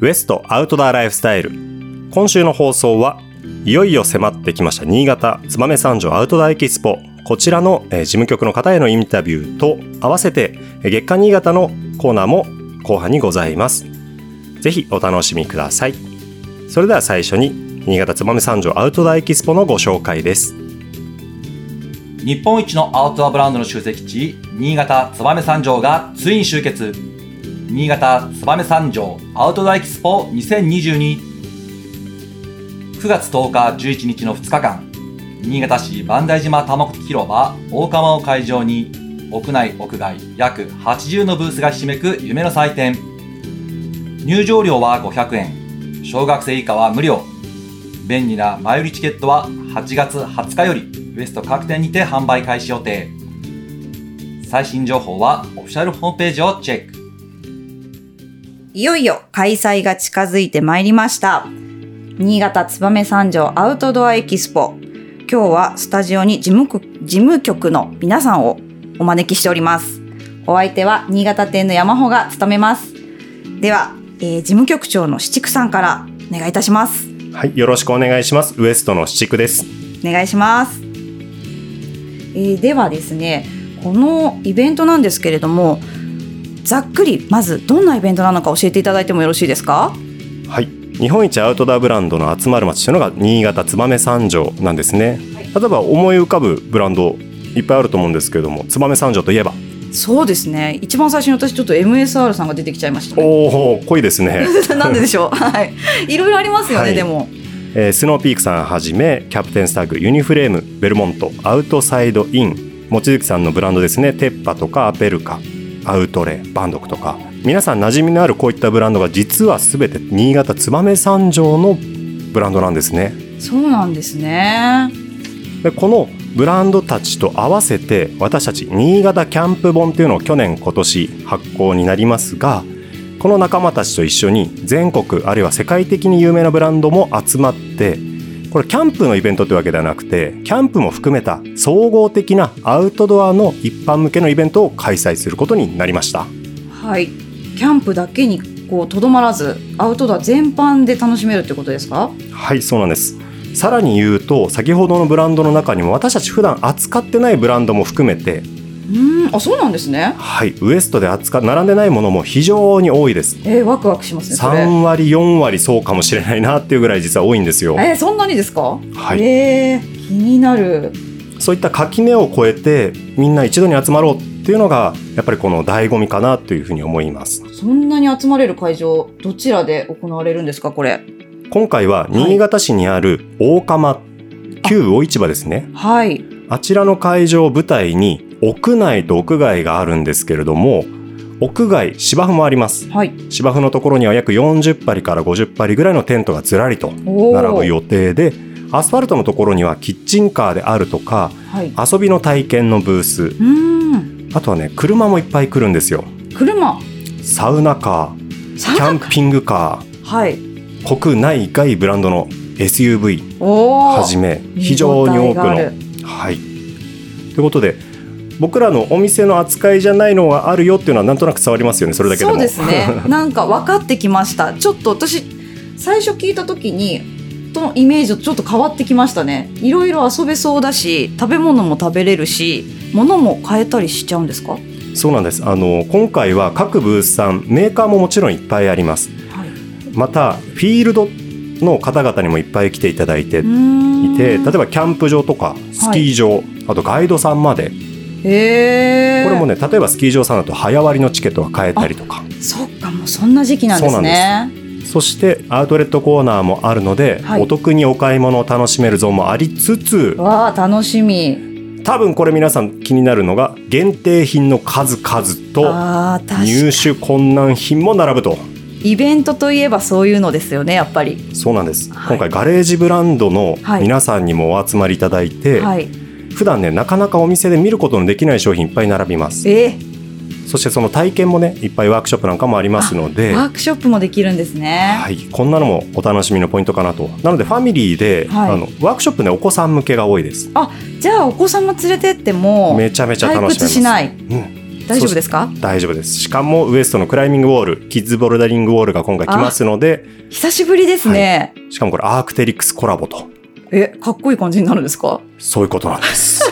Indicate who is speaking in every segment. Speaker 1: ウエストアウトドアライフスタイル今週の放送はいよいよ迫ってきました新潟燕三条アウトドアエキスポこちらのえー事務局の方へのインタビューと合わせてえー月間新潟のコーナーも後半にございますぜひお楽しみくださいそれでは最初に新潟燕三条アウトドアエキスポのご紹介です
Speaker 2: 日本一のアウトドアブランドの集積地新潟燕三条がついに集結新潟燕三条アウトドアエキスポ20229月10日11日の2日間新潟市万代島多目的広場大釜を会場に屋内屋外約80のブースがひしめく夢の祭典入場料は500円小学生以下は無料便利な前売りチケットは8月20日よりウエスト各店にて販売開始予定最新情報はオフィシャルホームページをチェック
Speaker 3: いよいよ開催が近づいてまいりました。新潟燕三条アウトドアエキスポ。今日はスタジオに事務局事務局の皆さんをお招きしております。お相手は新潟店の山穂が務めます。では、えー事務局長の七久さんからお願いいたします。
Speaker 1: はいよろしくお願いしますウエストの七区です
Speaker 3: お願いします、えーではですねこのイベントなんですけれどもざっくりまずどんなイベントなのか教えていただいてもよろしいですか
Speaker 1: はい、日本一アウトドアブランドの集まる街というのが新潟燕三条なんですね、例えば思い浮かぶブランドいっぱいあると思うんですけれども燕三条といえば
Speaker 3: そうですね一番最初に私ちょっと MSR さんが出てきちゃいましたね
Speaker 1: おお濃いです ね、
Speaker 3: なんででしょうはいいろいろありますよね、
Speaker 1: はい
Speaker 3: でも
Speaker 1: えースノーピークさんはじめキャプテンスタグユニフレームベルモントアウトサイドイン望月さんのブランドですねテッパとかアペルカアウトレバンドクとか皆さん馴染みのあるこういったブランドが実は全て新潟燕三条のブランドなんですね
Speaker 3: そうなんですね
Speaker 1: でこのブランドたちと合わせて私たち新潟キャンプ本というのを去年今年発行になりますがこの仲間たちと一緒に全国あるいは世界的に有名なブランドも集まってこれキャンプのイベントというわけではなくてキャンプも含めた総合的なアウトドアの一般向けのイベントを開催することになりました。
Speaker 3: はいキャンプだけにこうとどまらずアウトドア全般で楽しめるってことですか
Speaker 1: はいそうなんですさらに言うと先ほどのブランドの中にも私たち普段扱ってないブランドも含めて
Speaker 3: うんあそうなんですね
Speaker 1: はい、ウエストで扱う並んでないものも非常に多いです。
Speaker 3: えー、ワクワクしますねそれ
Speaker 1: 3割4割そうかもしれないなっていうぐらい実は多いんですよ。
Speaker 3: えー、そんなにですか、
Speaker 1: はい
Speaker 3: えー、気になる
Speaker 1: そういった垣根を越えてみんな一度に集まろうっていうのがやっぱりこの醍醐味かなというふうに思います。
Speaker 3: そんなに集まれる会場どちらで行われるんですかこれ
Speaker 1: 今回は新潟市にある大釜、旧魚市場ですね。
Speaker 3: はい
Speaker 1: あちらの会場を舞台に屋内と屋外があるんですけれども屋外芝生もあります。
Speaker 3: はい
Speaker 1: 芝生のところには約40張から50張ぐらいのテントがずらりと
Speaker 3: おー
Speaker 1: 並ぶ予定でアスファルトのところにはキッチンカーであるとか
Speaker 3: はいう
Speaker 1: 遊びの体験のブース
Speaker 3: ーん
Speaker 1: あとはね車もいっぱい来るんですよ
Speaker 3: 車
Speaker 1: サウナカ
Speaker 3: サ
Speaker 1: ーキャ
Speaker 3: ウナ
Speaker 1: ンピングカ
Speaker 3: はい
Speaker 1: ー国内外ブランドの SUV
Speaker 3: お
Speaker 1: は
Speaker 3: お
Speaker 1: じめ非常に多くの。はいということで僕らのお店の扱いじゃないのがあるよっていうのはなんとなく伝わりますよねそれだけでも
Speaker 3: そうですねなんか分かってきましたちょっと私最初聞いた時にとのイメージとちょっと変わってきましたねいろいろ遊べそうだし食べ物も食べれるし物も買えたりしちゃうんですか、はい、
Speaker 1: そうなんですあの今回は各ブースさんメーカーももちろんいっぱいありますまたフィールドの方々にもいっぱい来ていただいていて例え
Speaker 3: ば
Speaker 1: ばキャンプ場とかスキー場、あとガイドさんまでこ
Speaker 3: へえ
Speaker 1: れもね例えばスキー場さんだと早割りのチケットが買えたりとか
Speaker 3: そっかもうそんな時期なんですね
Speaker 1: そしてアウトレットコーナーもあるので、
Speaker 3: はい
Speaker 1: お得にお買い物を楽しめるゾーンもありつつ
Speaker 3: わあ楽しみ
Speaker 1: 多分これ皆さん気になるのが限定品の数々
Speaker 3: あー
Speaker 1: と
Speaker 3: 確か
Speaker 1: 入手困難品も並ぶと
Speaker 3: イベントといえばそういうのですよねやっぱり
Speaker 1: そうなんです、
Speaker 3: はい
Speaker 1: 今回ガレージブランドの皆さんにもお集まりいただいて、
Speaker 3: はい
Speaker 1: 普段ねなかなかお店で見ることのできない商品いっぱい並びます
Speaker 3: え
Speaker 1: そしてその体験もねいっぱいワークショップなんかもありますので
Speaker 3: ワークショップもできるんですね、
Speaker 1: はい、こんなのもお楽しみのポイントかなとなのでファミリーで、
Speaker 3: はい
Speaker 1: あのワークショップねお子さん向けが多いです
Speaker 3: じゃあお子様連れてっても
Speaker 1: めちゃめちゃ楽し
Speaker 3: 退
Speaker 1: めま
Speaker 3: 屈
Speaker 1: す
Speaker 3: しない
Speaker 1: うん
Speaker 3: 大丈夫ですか
Speaker 1: 大丈夫ですしかもウエストのクライミングウォールキッズボルダリングウォールが今回来ますので
Speaker 3: 久しぶりですね、
Speaker 1: しかもこれアークテリクスコラボと
Speaker 3: えかっこいい感じになるんですか
Speaker 1: そういうことなんです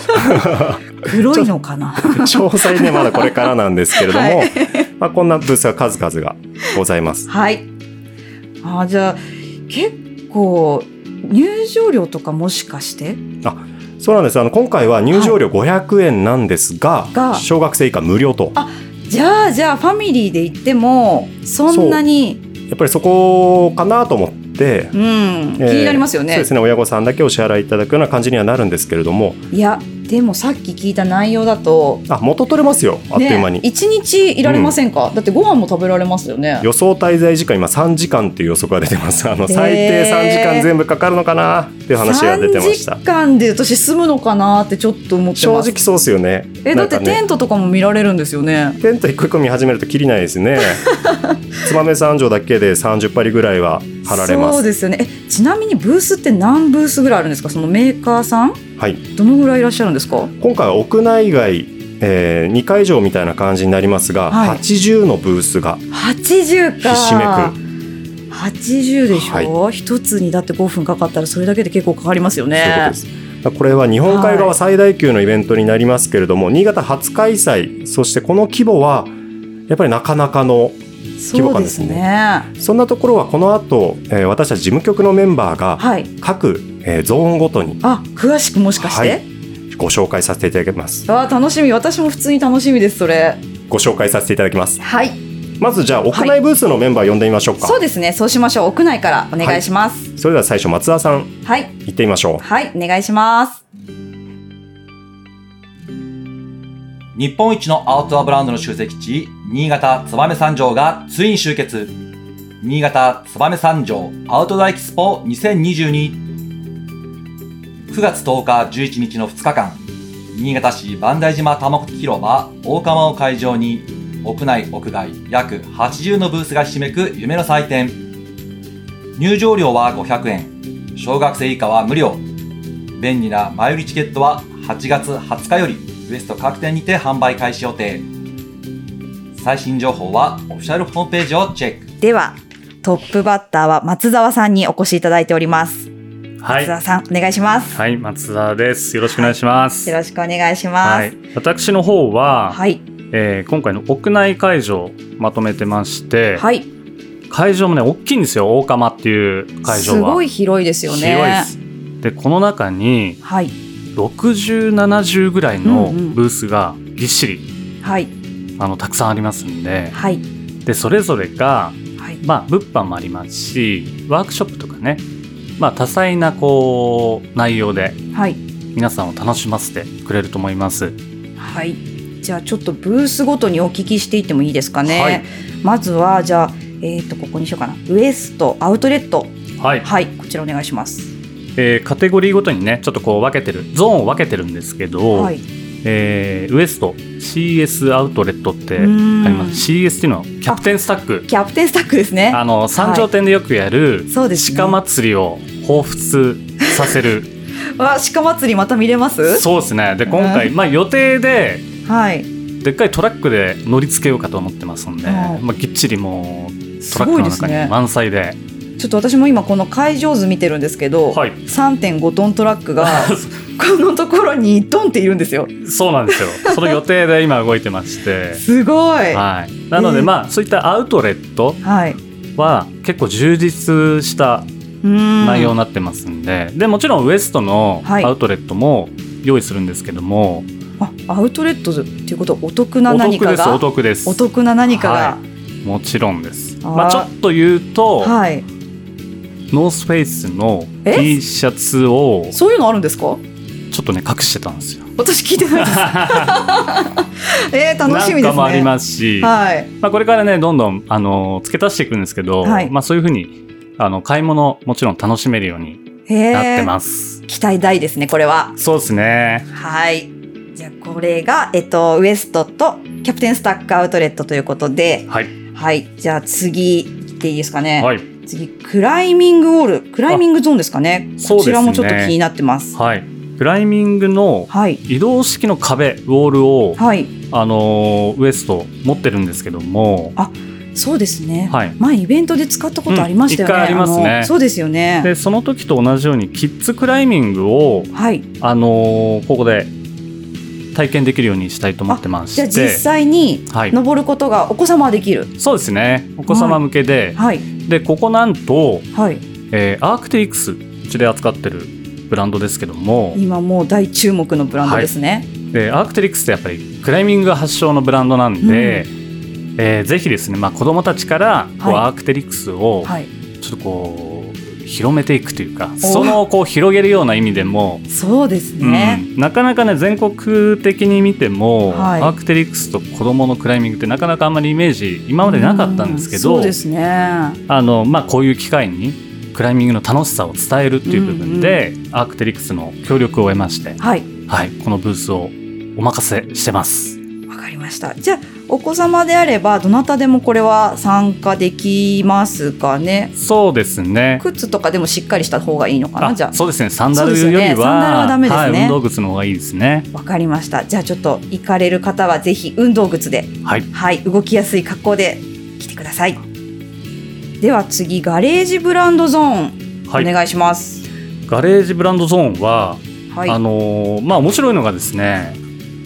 Speaker 3: 黒いの かな
Speaker 1: 詳細ねまだこれからなんですけれども、
Speaker 3: はい
Speaker 1: まあ、こんなブースが数々がございます
Speaker 3: はいあーじゃあ結構入場料とかもしかして
Speaker 1: そうなんですあの今回は入場料500円なんですが、
Speaker 3: が
Speaker 1: 小学生以下無料と
Speaker 3: じゃあじゃあファミリーで行ってもそんなに
Speaker 1: やっぱりそこかなと思って
Speaker 3: う、ん気
Speaker 1: えー
Speaker 3: になりますよ
Speaker 1: そう
Speaker 3: ね
Speaker 1: で,、すね親御さんだけお支払いいただくような感じにはなるんですけれども
Speaker 3: いやでもさっき聞いた内容だと
Speaker 1: あ元取れますよあっという間に、
Speaker 3: ね、1日いられませんか、だってご飯も食べられますよね
Speaker 1: 予想滞在時間今3時間っていう予測が出てますあの最低3時間全部かかるのかなっていう話が出てました
Speaker 3: 3時間で私住むのかなってちょっと思って
Speaker 1: 正
Speaker 3: ます
Speaker 1: 直そうですよね
Speaker 3: えだって
Speaker 1: なんか
Speaker 3: テ
Speaker 1: ね
Speaker 3: ントとかも見られるんですよね
Speaker 1: テント一個一個見始めるときりないです ね燕三条だけで30張りぐらいは貼られま
Speaker 3: そう
Speaker 1: す
Speaker 3: ですよねえちなみにブースって何ブースぐらいあるんですかそのメーカーさん
Speaker 1: はい
Speaker 3: どのぐらいいらっしゃるんですか
Speaker 1: 今回は屋内外、えー、2会場みたいな感じになりますが、
Speaker 3: はい
Speaker 1: 80のブースが
Speaker 3: 80か
Speaker 1: ひしめく
Speaker 3: 80でしょ一、つにだって5分かかったらそれだけで結構かかりますよ
Speaker 1: ということ
Speaker 3: ね
Speaker 1: です。これは日本海側最大級のイベントになりますけれども、新潟初開催そしてこの規模はやっぱりなかなかの規模
Speaker 3: そう
Speaker 1: 感
Speaker 3: で
Speaker 1: ですす
Speaker 3: ね
Speaker 1: そんなところはこの後、えー私たち事務局のメンバーが
Speaker 3: はい
Speaker 1: 各、えーゾーンごとに
Speaker 3: あ詳しくもしかして、
Speaker 1: はいご紹介させていただきます
Speaker 3: あー楽しみ私も普通に楽しみですそれ
Speaker 1: ご紹介させていただきます
Speaker 3: はい
Speaker 1: まずじゃあ屋内ブースのメンバー呼んでみましょうか、
Speaker 3: そうですねそうしましょう屋内からお願いします
Speaker 1: それでは最初松田さん
Speaker 3: はい
Speaker 1: 行ってみましょう
Speaker 3: はい、お願いします
Speaker 2: 日本一のアウトドアブランドの集積地、新潟燕三条がついに集結。新潟燕三条アウトドアエキスポ2022。9月10日11日の2日間、新潟市万代島多目的広場大釜を会場に、屋内屋外約80のブースがひしめく夢の祭典。入場料は500円、小学生以下は無料。便利な前売りチケットは8月20日よりウエスト各店にて販売開始予定最新情報はオフィシャルホームページをチェック
Speaker 3: ではトップバッターは松澤さんにお越しいただいております
Speaker 4: は
Speaker 3: 松澤
Speaker 4: い。
Speaker 3: さんお願いします
Speaker 4: はい、松田です。よろしくお願いします。
Speaker 3: よろしくお願いしま
Speaker 4: は
Speaker 3: す
Speaker 4: い。私の方は、
Speaker 3: はい
Speaker 4: えー今回の屋内会場をまとめてまして、
Speaker 3: はい
Speaker 4: 会場もね、大きいんですよ。大釜っていう会場は。
Speaker 3: すごい広いですよね
Speaker 4: 広いです。で、この中に、
Speaker 3: はい
Speaker 4: 60、70ぐらいの
Speaker 3: うんうん
Speaker 4: ブースがぎっしり、
Speaker 3: はい
Speaker 4: あの、たくさんありますんで、
Speaker 3: はい
Speaker 4: で、それぞれが、
Speaker 3: はい
Speaker 4: まあ、物販もありますし、ワークショップとかね、まあ、多彩な、こう、内容で、
Speaker 3: はい
Speaker 4: 皆さんを楽しませてくれると思います。
Speaker 3: はいじゃあちょっとブースごとにお聞きしていってもいいですかね、
Speaker 4: はい
Speaker 3: まずはじゃあえっ、とここにしようかなウエストアウトレット
Speaker 4: はい、
Speaker 3: はいこちらお願いします
Speaker 4: えーカテゴリーごとにねちょっとこう分けてるゾーンを分けてるんですけど、
Speaker 3: はい
Speaker 4: えーウエスト CS アウトレットってあ
Speaker 3: うー
Speaker 4: り
Speaker 3: ん
Speaker 4: ます、CS っていうのはキャプテンスタック
Speaker 3: キャプテンスタックですね
Speaker 4: あの三条店でよくやる、
Speaker 3: そうですね
Speaker 4: 鹿祭りを彷彿させ る
Speaker 3: わ鹿祭りまた見れます
Speaker 4: そうですねで今回、まあ、予定で
Speaker 3: はい
Speaker 4: でっかいトラックで乗り付けようかと思ってますんで、
Speaker 3: はい
Speaker 4: まあ、ぎっちりもうト
Speaker 3: す
Speaker 4: ラッ
Speaker 3: ご
Speaker 4: ク
Speaker 3: い
Speaker 4: の
Speaker 3: です
Speaker 4: 中
Speaker 3: ね
Speaker 4: に満載で
Speaker 3: ちょっと私も今この会場図見てるんですけど、
Speaker 4: はい
Speaker 3: 3.5トントラックが このところにドンっているんですよ
Speaker 4: そうなんですよその予定で今動いてま して
Speaker 3: すごいは
Speaker 4: はい、なので、
Speaker 3: うん
Speaker 4: まあそういったアウトレット
Speaker 3: い、
Speaker 4: は結構充実した
Speaker 3: うん
Speaker 4: 内容になってますんで,、でもちろんウエストの
Speaker 3: はい
Speaker 4: アウトレットも用意するんですけども、
Speaker 3: あアウトレットっていうことはお得な
Speaker 4: お
Speaker 3: 何
Speaker 4: 得
Speaker 3: か
Speaker 4: です
Speaker 3: が
Speaker 4: お得です
Speaker 3: お得な何か
Speaker 4: もちろんです
Speaker 3: あー
Speaker 4: まあ、ちょっと言うと、
Speaker 3: がはい、
Speaker 4: ノースフェイスの
Speaker 3: え
Speaker 4: T シャツをちょ
Speaker 3: そういうのあるんですか
Speaker 4: っとね隠してたんですよ。
Speaker 3: 私聞いてない ですえー、楽しみですね
Speaker 4: なんかもありますし、
Speaker 3: はい
Speaker 4: まあ、これからねどんどんあの付け足していくんですけど、
Speaker 3: はい
Speaker 4: まあ、そういうふうにあの買い物もちろん楽しめるように
Speaker 3: へ
Speaker 4: なって
Speaker 3: ー
Speaker 4: ます。
Speaker 3: 期待大ですねこれは
Speaker 4: そうですね
Speaker 3: はいじゃあこれが、えっと、ウエストとキャプテンスタックアウトレットということで
Speaker 4: はい、
Speaker 3: はいじゃあ次行っていいですかね、
Speaker 4: はい、
Speaker 3: 次クライミングウォールクライミングゾーンですかね
Speaker 4: あ
Speaker 3: こちらもち
Speaker 4: そ
Speaker 3: ょ
Speaker 4: う
Speaker 3: っ
Speaker 4: ですね
Speaker 3: と気になってます
Speaker 4: はい、クライミングの
Speaker 3: はい。
Speaker 4: 移動式の壁ウォールを、
Speaker 3: はい。
Speaker 4: あのーウエスト持ってるんですけども、
Speaker 3: そうですね。
Speaker 4: はい、
Speaker 3: 前イベントで使ったことありましたよね。
Speaker 4: うん一回ありますね
Speaker 3: のそうですよね。
Speaker 4: でその時と同じようにキッズクライミングを、
Speaker 3: はい。
Speaker 4: あのーここで体験できるようにしたいと思ってまし
Speaker 3: じゃ
Speaker 4: て
Speaker 3: あ実際に
Speaker 4: はい、
Speaker 3: 登ることがお子様はできる。
Speaker 4: そうですねお子様向けで、
Speaker 3: はい。
Speaker 4: でここなんと、
Speaker 3: はい。
Speaker 4: えーアークテイクスうちで扱ってるブランドですけども
Speaker 3: 今もう大注目のブランドですね。
Speaker 4: でアークテリックスってやっぱりクライミングが発祥のブランドなんで、えーぜひですね、まあ、子どもたちからこう、
Speaker 3: はい
Speaker 4: アークテリックスを
Speaker 3: はい。
Speaker 4: ちょっとこう広めていくというかそのこう広げるような意味でも、
Speaker 3: そうですね。
Speaker 4: うんなかなかね全国的に見ても、
Speaker 3: はい
Speaker 4: アークテリックスと子どものクライミングってなかなかあんまりイメージ今までなかったんですけ
Speaker 3: う
Speaker 4: ど
Speaker 3: そうですね。
Speaker 4: あの、まあ、こういう機会にクライミングの楽しさを伝えるっていう部分で、アークテリックスの協力を得まして、
Speaker 3: はい。
Speaker 4: はい、このブースをお任せしてます。
Speaker 3: わかりました。じゃあお子様であればどなたでもこれは参加できますかね。
Speaker 4: そうですね。
Speaker 3: 靴とかでもしっかりした方がいいのかな。じゃあ
Speaker 4: そうですね。サンダ
Speaker 3: そう
Speaker 4: ル
Speaker 3: です
Speaker 4: よ
Speaker 3: よ
Speaker 4: り
Speaker 3: ね
Speaker 4: は、
Speaker 3: サンダルはダメですね
Speaker 4: はい、運動靴の方がいいですね。
Speaker 3: わかりました。じゃあちょっと行かれる方はぜひ運動靴で、
Speaker 4: はい
Speaker 3: はい、動きやすい格好で来てください。では次ガレージブランドゾーン、
Speaker 4: はい。
Speaker 3: お願いします。
Speaker 4: ガレージブランドゾーンは、
Speaker 3: はい。
Speaker 4: あのーまあ面白いのがですね、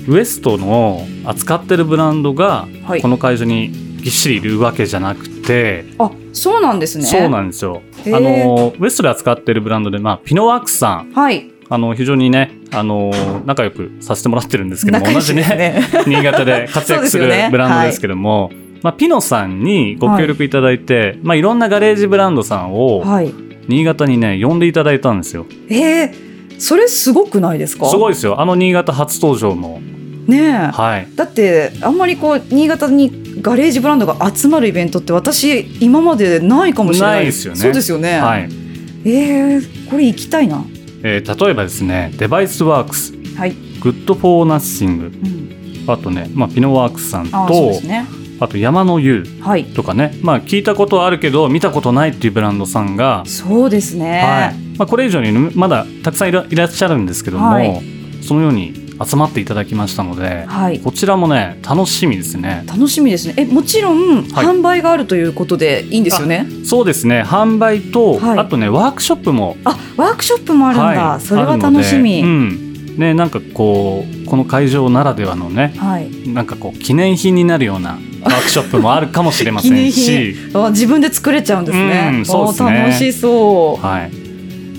Speaker 4: ウエストの扱ってるブランドが
Speaker 3: はい
Speaker 4: この会場にぎっしりいるわけじゃなくて、
Speaker 3: あ、そうなんですね。
Speaker 4: そうなんですよ。あ
Speaker 3: へー
Speaker 4: のーウエストで扱ってるブランドで、まあピノワークスさん、
Speaker 3: はい。
Speaker 4: あの非常にね、あのー仲良くさせてもらってるんですけども、
Speaker 3: 仲
Speaker 4: 同
Speaker 3: 良し
Speaker 4: じ
Speaker 3: です
Speaker 4: ね。
Speaker 3: ね。
Speaker 4: 新潟で活躍す
Speaker 3: そう
Speaker 4: る
Speaker 3: ですよね
Speaker 4: ブランドですけども、まあ、ピノさんにご協力いただいて、いまあ、いろんなガレージブランドさんを
Speaker 3: はい。
Speaker 4: 新潟にね呼んでいただいたんですよ
Speaker 3: えー、それすごくないですか。
Speaker 4: すごいですよあの新潟初登場の
Speaker 3: ねえ。
Speaker 4: はい
Speaker 3: だってあんまりこう新潟にガレージブランドが集まるイベントって私今までないかもしれない
Speaker 4: ないですよね
Speaker 3: そうですよね、
Speaker 4: はい
Speaker 3: えー、これ行きたいな
Speaker 4: えー例えばですねデバイスワークス
Speaker 3: はい、
Speaker 4: グッドフォーナッシング
Speaker 3: うん、
Speaker 4: あとね、まあ、ピノワークスさんと
Speaker 3: あ
Speaker 4: あ
Speaker 3: ーそうですね
Speaker 4: と山の湯
Speaker 3: はい
Speaker 4: とかね、まあ、聞いたことはあるけど見たことないっていうブランドさんが
Speaker 3: そうですね、
Speaker 4: はいまあ、これ以上にねまだたくさんいらいらっしゃるんですけども、
Speaker 3: はい
Speaker 4: そのように集まっていただきましたので、
Speaker 3: はい
Speaker 4: こちらもね楽しみですね
Speaker 3: 楽しみですねえもちろん
Speaker 4: はい
Speaker 3: 販売があるということでいいんですよね、
Speaker 4: そうですね販売と、
Speaker 3: はい
Speaker 4: あとねワークショップも
Speaker 3: あワークショップもあるんだ、
Speaker 4: はい
Speaker 3: それは
Speaker 4: あるので
Speaker 3: 楽しみ、
Speaker 4: うんね、なんかこうこの会場ならではのね
Speaker 3: はい、
Speaker 4: なんかこう記念品になるようなワークショップもあるかもしれません
Speaker 3: 記
Speaker 4: し、
Speaker 3: あ自分で作れちゃうんですね。
Speaker 4: うんそうですね
Speaker 3: お楽しそう。
Speaker 4: はい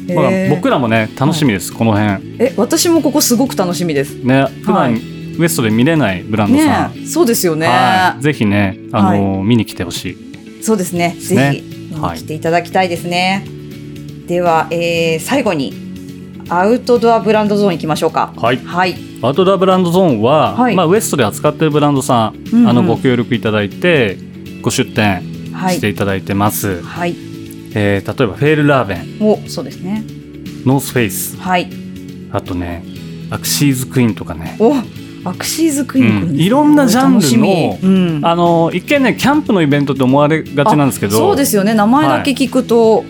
Speaker 3: え
Speaker 4: まあ
Speaker 3: ー
Speaker 4: 僕らもね楽しみです、この辺
Speaker 3: え、私もここすごく楽しみです。
Speaker 4: ね普段、
Speaker 3: はい
Speaker 4: ウエストで見れないブランドさん
Speaker 3: ね、え、そうですよね。
Speaker 4: はい、ぜひね、あのー見に来てほしい。
Speaker 3: そうですね。
Speaker 4: すね
Speaker 3: ぜひ見に来ていただきたいですね。では、えー最後にアウトドアブランドゾーン行きましょうか。
Speaker 4: はい、
Speaker 3: はい。
Speaker 4: アウトドアブランドゾーンは、
Speaker 3: はい
Speaker 4: まあ、ウエストで扱ってるブランドさん、
Speaker 3: うんうん
Speaker 4: あのご協力いただいてご出店
Speaker 3: は
Speaker 4: して
Speaker 3: い。
Speaker 4: いただいてます、
Speaker 3: はい。
Speaker 4: えー例えばフェールラーベン
Speaker 3: お、そうですね。
Speaker 4: ノースフェイス
Speaker 3: はい。
Speaker 4: あとねアクシーズクイーンとかね、
Speaker 3: お、アクシーズクイーン来る
Speaker 4: うんいろんなジャンルの
Speaker 3: 楽しみうん、
Speaker 4: あの一見ねキャンプのイベントって思われがちなんですけど
Speaker 3: そうですよね。名前だけ聞くと、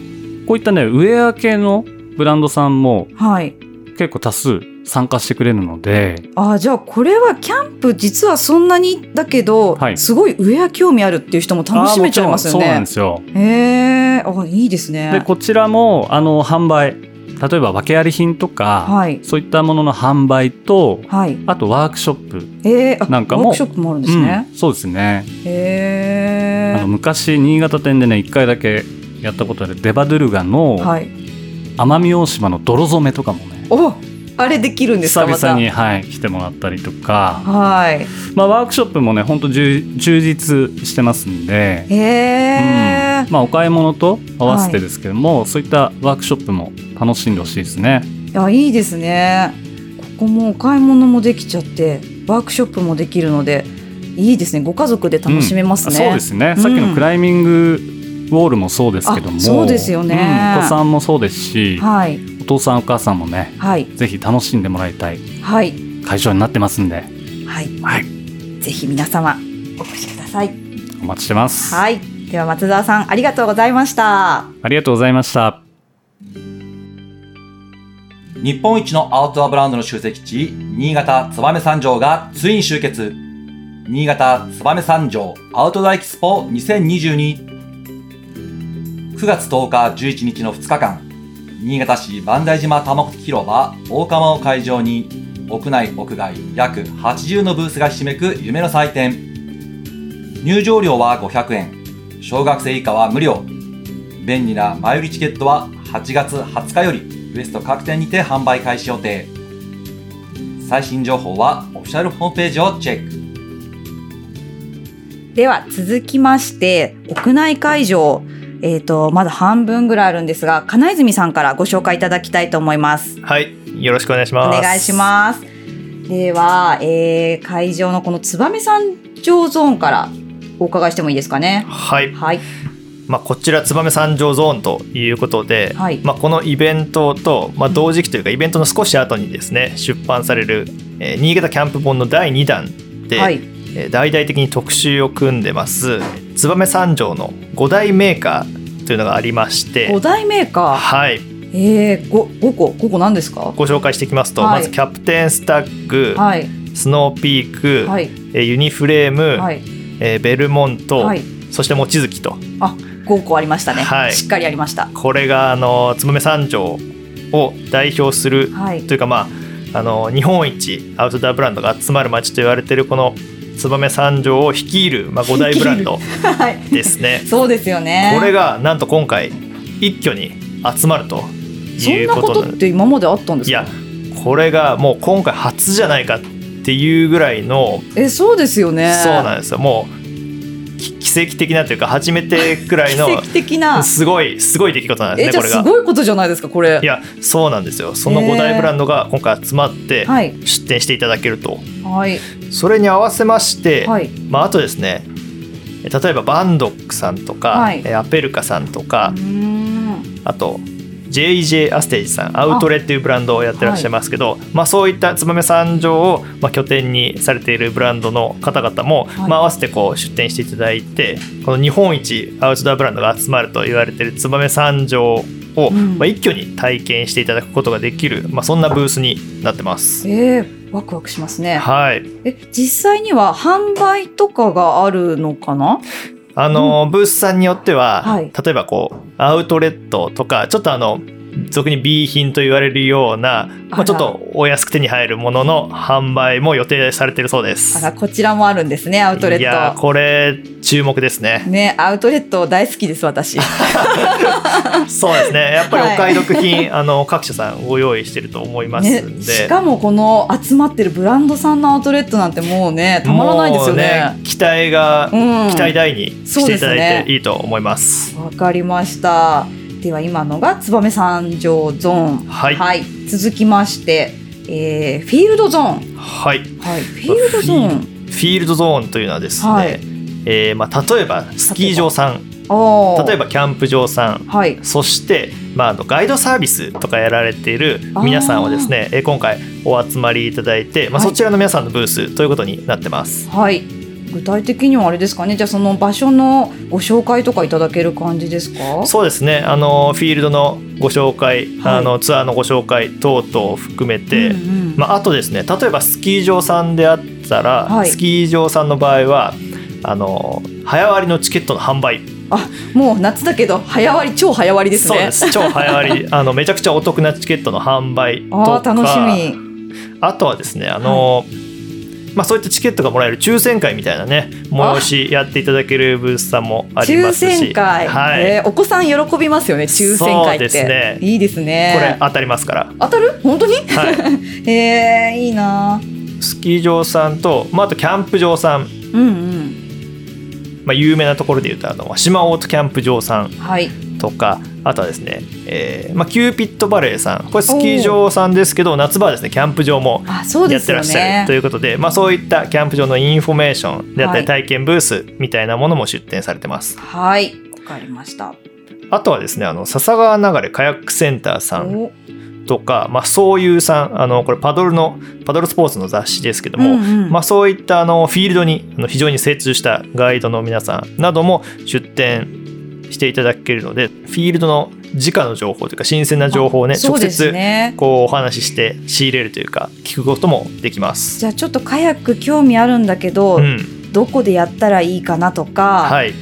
Speaker 4: こういったねウェア系のブランドさんも
Speaker 3: はい。
Speaker 4: 結構多数参加してくれるので
Speaker 3: あじゃあこれはキャンプ実はそんなにだけど、
Speaker 4: はい
Speaker 3: すごいウェア興味あるっていう人も楽しめちゃいますよ
Speaker 4: あーもちろんそうなん
Speaker 3: ね
Speaker 4: で。すよ
Speaker 3: へえー、あいいですね。
Speaker 4: でこちらもあの販売例えば訳あり品とか、
Speaker 3: はい
Speaker 4: そういったものの販売と
Speaker 3: はい。
Speaker 4: あとワークショップ、
Speaker 3: えー、あ
Speaker 4: なんかも
Speaker 3: ワークショップもあるんですね。
Speaker 4: うんそうですね、
Speaker 3: へ
Speaker 4: あの
Speaker 3: え
Speaker 4: 昔新潟店でね1回だけやったことあるデバドゥルガの
Speaker 3: はい。
Speaker 4: 奄美大島の泥染めとかもね
Speaker 3: お、あれできるんです
Speaker 4: 久
Speaker 3: かまた。
Speaker 4: 々に、はい、来てもらったりとか、
Speaker 3: はい。
Speaker 4: まあ、ワークショップもねほんと充充実してますんで、
Speaker 3: へえ
Speaker 4: うんまあ、お買い物と合わせてですけども、そういったワークショップも楽しんでほしいですね。
Speaker 3: いやいいですね。ここもお買い物もできちゃって、ワークショップもできるので、いいですね。ご家族で楽しめますね。
Speaker 4: そうですね、
Speaker 3: うん
Speaker 4: さっきのクライミングウォールもそうですけども
Speaker 3: あそうですよね
Speaker 4: うんお子さんもそうですし、
Speaker 3: はい
Speaker 4: お父さんお母さんもね
Speaker 3: はい
Speaker 4: ぜひ楽しんでもらいたい
Speaker 3: はい
Speaker 4: 会場になってますんで、
Speaker 3: はい。
Speaker 4: はい、
Speaker 3: ぜひ皆様お越しください。
Speaker 4: お待ちしてます、
Speaker 3: はい。では松澤さんありがとうございました。
Speaker 4: ありがとうございました
Speaker 2: 日本一のアウトドアブランドの集積地、新潟燕三条がついに集結。新潟燕三条アウトドアエキスポ2022。9月10日11日の2日間、新潟市万代島多目的広場大釜を会場に、屋内屋外約80のブースがひしめく夢の祭典。入場料は500円。小学生以下は無料。便利な前売りチケットは8月20日よりウエスト各店にて販売開始予定最新情報はオフィシャルホームページをチェック
Speaker 3: では続きまして屋内会場、えー、とまだ半分ぐらいあるんですが金泉さんからご紹介いただきたいと思います。
Speaker 5: はい、よろしくお願いします。
Speaker 3: お願いします。では、えー会場のこの燕三条ゾーンからお伺いしてもいいですかね。
Speaker 5: はい、
Speaker 3: はい、
Speaker 5: まあ、こちら燕三条ゾーンということで、
Speaker 3: はい
Speaker 5: まあ、このイベントと、まあ、同時期というかイベントの少し後にですね出版される、えー新潟キャンプ本の第2弾で、
Speaker 3: はい、
Speaker 5: えー大々的に特集を組んでます燕三条の5大メーカーというのがありまして
Speaker 3: 五大メーカ
Speaker 5: はい、
Speaker 3: ー、えー、ご五個五個なんですか。
Speaker 5: ご紹介していきますと、
Speaker 3: はい
Speaker 5: まずキャプテンスタッグ、
Speaker 3: はい
Speaker 5: スノーピーク、
Speaker 3: はい
Speaker 5: えーユニフレーム、
Speaker 3: はい
Speaker 5: えーベルモント、
Speaker 3: はい
Speaker 5: そして望月と
Speaker 3: あ五個ありましたね、
Speaker 5: はい
Speaker 3: しっかりありました。
Speaker 5: これがあの燕三条を代表する
Speaker 3: はい
Speaker 5: というか、まあ、あの日本一アウトドアブランドが集まる街と言われてるこの燕三条を率いる、まあ、5大ブラン ド
Speaker 3: はい。
Speaker 5: ですね
Speaker 3: そうですよ ね。
Speaker 5: これがなんと今回一挙に集まると
Speaker 3: そん
Speaker 5: いう
Speaker 3: な
Speaker 5: こ
Speaker 3: こととって今まであったんで
Speaker 5: い
Speaker 3: すか
Speaker 5: や。これがもう今回初じゃないかっていうぐらいの
Speaker 3: えそうですよね。
Speaker 5: そうなんですよもうき奇跡的なというか初めてくらい
Speaker 3: 奇
Speaker 5: の
Speaker 3: 跡的な。
Speaker 5: すごいすごい出来事なんです
Speaker 3: え
Speaker 5: ね
Speaker 3: じゃ
Speaker 5: こ
Speaker 3: あ
Speaker 5: れ
Speaker 3: す
Speaker 5: が。
Speaker 3: ごいことじゃないですかこれ。
Speaker 5: いやそうなんですよその
Speaker 3: へー
Speaker 5: 5大ブランドが今回集まって
Speaker 3: はい
Speaker 5: 出店していただけると、
Speaker 3: はい
Speaker 5: それに合わせまして、
Speaker 3: はい
Speaker 5: まあ、あとですねえ例えばバンドックさんとか、
Speaker 3: はい
Speaker 5: えアペルカさんと
Speaker 3: う
Speaker 5: か、
Speaker 3: ーん
Speaker 5: あと JJ アステージさんアウトレっていうブランドをやってらっしゃいますけどまあ、そういった燕三条を、まあ、拠点にされているブランドの方々も、
Speaker 3: はい
Speaker 5: まあ、合わせてこう出店していただいてこの日本一アウトドアブランドが集まると言われている燕三条を、
Speaker 3: うん
Speaker 5: まあ、一挙に体験していただくことができる、まあ、そんなブースになってます。
Speaker 3: えー、ワクワクしますね。
Speaker 5: はい、
Speaker 3: え実際には販売とかがあるのかな？
Speaker 5: あのーブースさんによっては、
Speaker 3: はい
Speaker 5: 例えばこうアウトレットとかちょっとあの俗に B 品と言われるような、
Speaker 3: あ
Speaker 5: ま
Speaker 3: ら
Speaker 5: あ、ちょっとお安く手に入るものの販売も予定されてるそうです
Speaker 3: あらこちらもあるんですねアウトレ
Speaker 5: いや
Speaker 3: ッ
Speaker 5: ー
Speaker 3: ト。
Speaker 5: これ注目です ね
Speaker 3: ねアウトレット大好きです私。
Speaker 5: そうですねやっぱり
Speaker 3: はい
Speaker 5: お買い得品、 あの各社さんご用意してると思います
Speaker 3: ね
Speaker 5: んで、
Speaker 3: しかもこの集まってるブランドさんのアウトレットなんてもうねたまらないですよ
Speaker 5: もう
Speaker 3: ね。
Speaker 5: 期待が、
Speaker 3: うん
Speaker 5: 期待大にしていただいていいと思います
Speaker 3: わ、かりました。では今のが燕三条ゾーン。
Speaker 5: はい
Speaker 3: 続きまして、えー、フィールドゾーン。
Speaker 5: はい
Speaker 3: はい。フィールドゾーン。
Speaker 5: フィールドゾーンというのはですね、
Speaker 3: はい
Speaker 5: えーまあ、例えばスキー場さん
Speaker 3: あー
Speaker 5: 例え。ばキャンプ場さん
Speaker 3: はい。
Speaker 5: そして、まああの、ガイドサービスとかやられている皆さんをですねえー今回お集まりいただいて、まあ、
Speaker 3: はい
Speaker 5: そちらの皆さんのブースということになってます。
Speaker 3: はい。具体的にはあれですかね。じゃあその場所のご紹介とかいただける感じですか。
Speaker 5: そうですねあのフィールドのご紹介、
Speaker 3: はい
Speaker 5: あのツアーのご紹介等々を含めて、
Speaker 3: うんうん
Speaker 5: まあ、あとですね例えばスキー場さんであったら、
Speaker 3: はい
Speaker 5: スキー場さんの場合はあの早割りのチケットの販売
Speaker 3: あ、もう夏だけど早割り超早割りです
Speaker 5: そう
Speaker 3: ね。
Speaker 5: です超早割りあのめちゃくちゃお得なチケットの販売 と
Speaker 3: あ
Speaker 5: か
Speaker 3: あ楽しみ。
Speaker 5: あとはですねあの、まあ、そういったチケットがもらえる抽選会みたいなね催しやっていただけるブースさんもあり
Speaker 3: 抽
Speaker 5: ますし
Speaker 3: 選会、
Speaker 5: はい
Speaker 3: えーお子さん喜びますよね。抽選会って。
Speaker 5: そうですね
Speaker 3: いいですね。
Speaker 5: これ当たりますから、
Speaker 3: 当たる？本当に？
Speaker 5: は
Speaker 3: えー、いいな。
Speaker 5: い、スキー場さんと、まあ、あとキャンプ場さん、
Speaker 3: うん
Speaker 5: まあ、有名なところでいうとあの島オートキャンプ場さん
Speaker 3: うん。はい。
Speaker 5: とかあとはですね、えーまあ、キューピットバレーさんこれスキー場さんですけど夏場はですねキャンプ場も
Speaker 3: あ、そう
Speaker 5: や
Speaker 3: で
Speaker 5: っ
Speaker 3: す
Speaker 5: てら
Speaker 3: よ
Speaker 5: っしゃ
Speaker 3: ね
Speaker 5: ると。いうことでまあ、そういったキャンプ場のインフォメーションであった
Speaker 3: はい
Speaker 5: り体験ブースみたいなものも出展されてます、
Speaker 3: はい。わかりました。
Speaker 5: あとはですねあの笹川流れカヤックセンターさん
Speaker 3: お
Speaker 5: とか、まあ、そういうさんあのこれパドルのパドルスポーツの雑誌ですけども、
Speaker 3: うんうん
Speaker 5: まあ、そういったあのフィールドにあの非常に精通したガイドの皆さんなども出展していただけるのでフィールドの直の情報というか新鮮な情報をね
Speaker 3: そ
Speaker 5: 直
Speaker 3: うです
Speaker 5: 接
Speaker 3: ね。
Speaker 5: こうお話しして仕入れるというか聞くこともできます。
Speaker 3: じゃあちょっとカヤック興味あるんだけど、
Speaker 5: うん、
Speaker 3: どこでやったらいいかなとか、
Speaker 5: はい、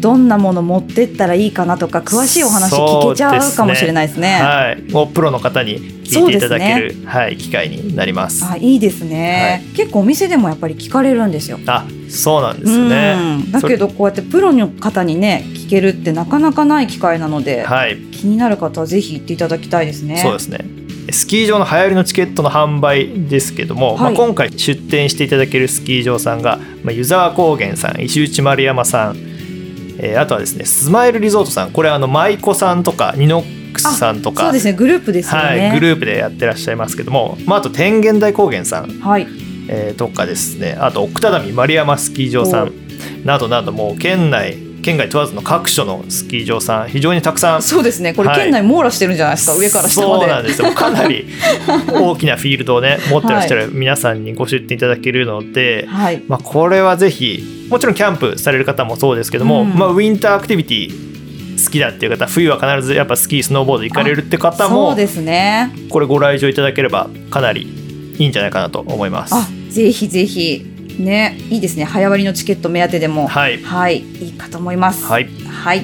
Speaker 3: どんなもの持ってったらいいかなとか詳しいお話聞けちゃうかもしれないですね。
Speaker 5: はい、もうプロの方に聞いていただける、はい機会になります。
Speaker 3: あいいですね、結構お店でもやっぱり聞かれるんですよ。
Speaker 5: あ、そうなんですね。
Speaker 3: うんだけどこうやってプロの方にね聞けるってなかなかない機会なので、
Speaker 5: はい、
Speaker 3: 気になる方はぜひ行っていただきたいですね。
Speaker 5: そうですね。スキー場の流行りのチケットの販売ですけども、
Speaker 3: はい
Speaker 5: まあ、今回出店していただけるスキー場さんが、まあ、湯沢高原さん石内丸山さん、えーあとはですねスマイルリゾートさんこれあの舞妓さんとかニノックスさんと
Speaker 3: そ
Speaker 5: か
Speaker 3: うですねグループですよ
Speaker 5: は
Speaker 3: ね。
Speaker 5: い、グループでやってらっしゃいますけども、まあ、あと天元大高原さん、
Speaker 3: はい
Speaker 5: えーとかですねあと奥只見丸山スキー場さ
Speaker 3: おうん
Speaker 5: などなどもう県内県外問わずの各所のスキー場さん非常にたくさん
Speaker 3: そうですねこれ
Speaker 5: はい
Speaker 3: 県内網羅してるんじゃないですか、上から下ま
Speaker 5: そ
Speaker 3: で。
Speaker 5: うなんですよかなり大きなフィールドをね持ってらっしゃる皆さんにご出店いただけるので、
Speaker 3: はい
Speaker 5: まあ、これはぜひもちろんキャンプされる方もそうですけども、
Speaker 3: うん
Speaker 5: まあ、ウィンターアクティビティ好きだっていう方冬は必ずやっぱスキースノーボード行かれるって方
Speaker 3: そう
Speaker 5: も
Speaker 3: ですね。
Speaker 5: これご来場いただければかなりいいんじゃないかなと思います。
Speaker 3: あぜひぜひねいいですね早割りのチケット目当てでもは
Speaker 5: はい
Speaker 3: い、、い、いかと思います。
Speaker 5: はい、
Speaker 3: はい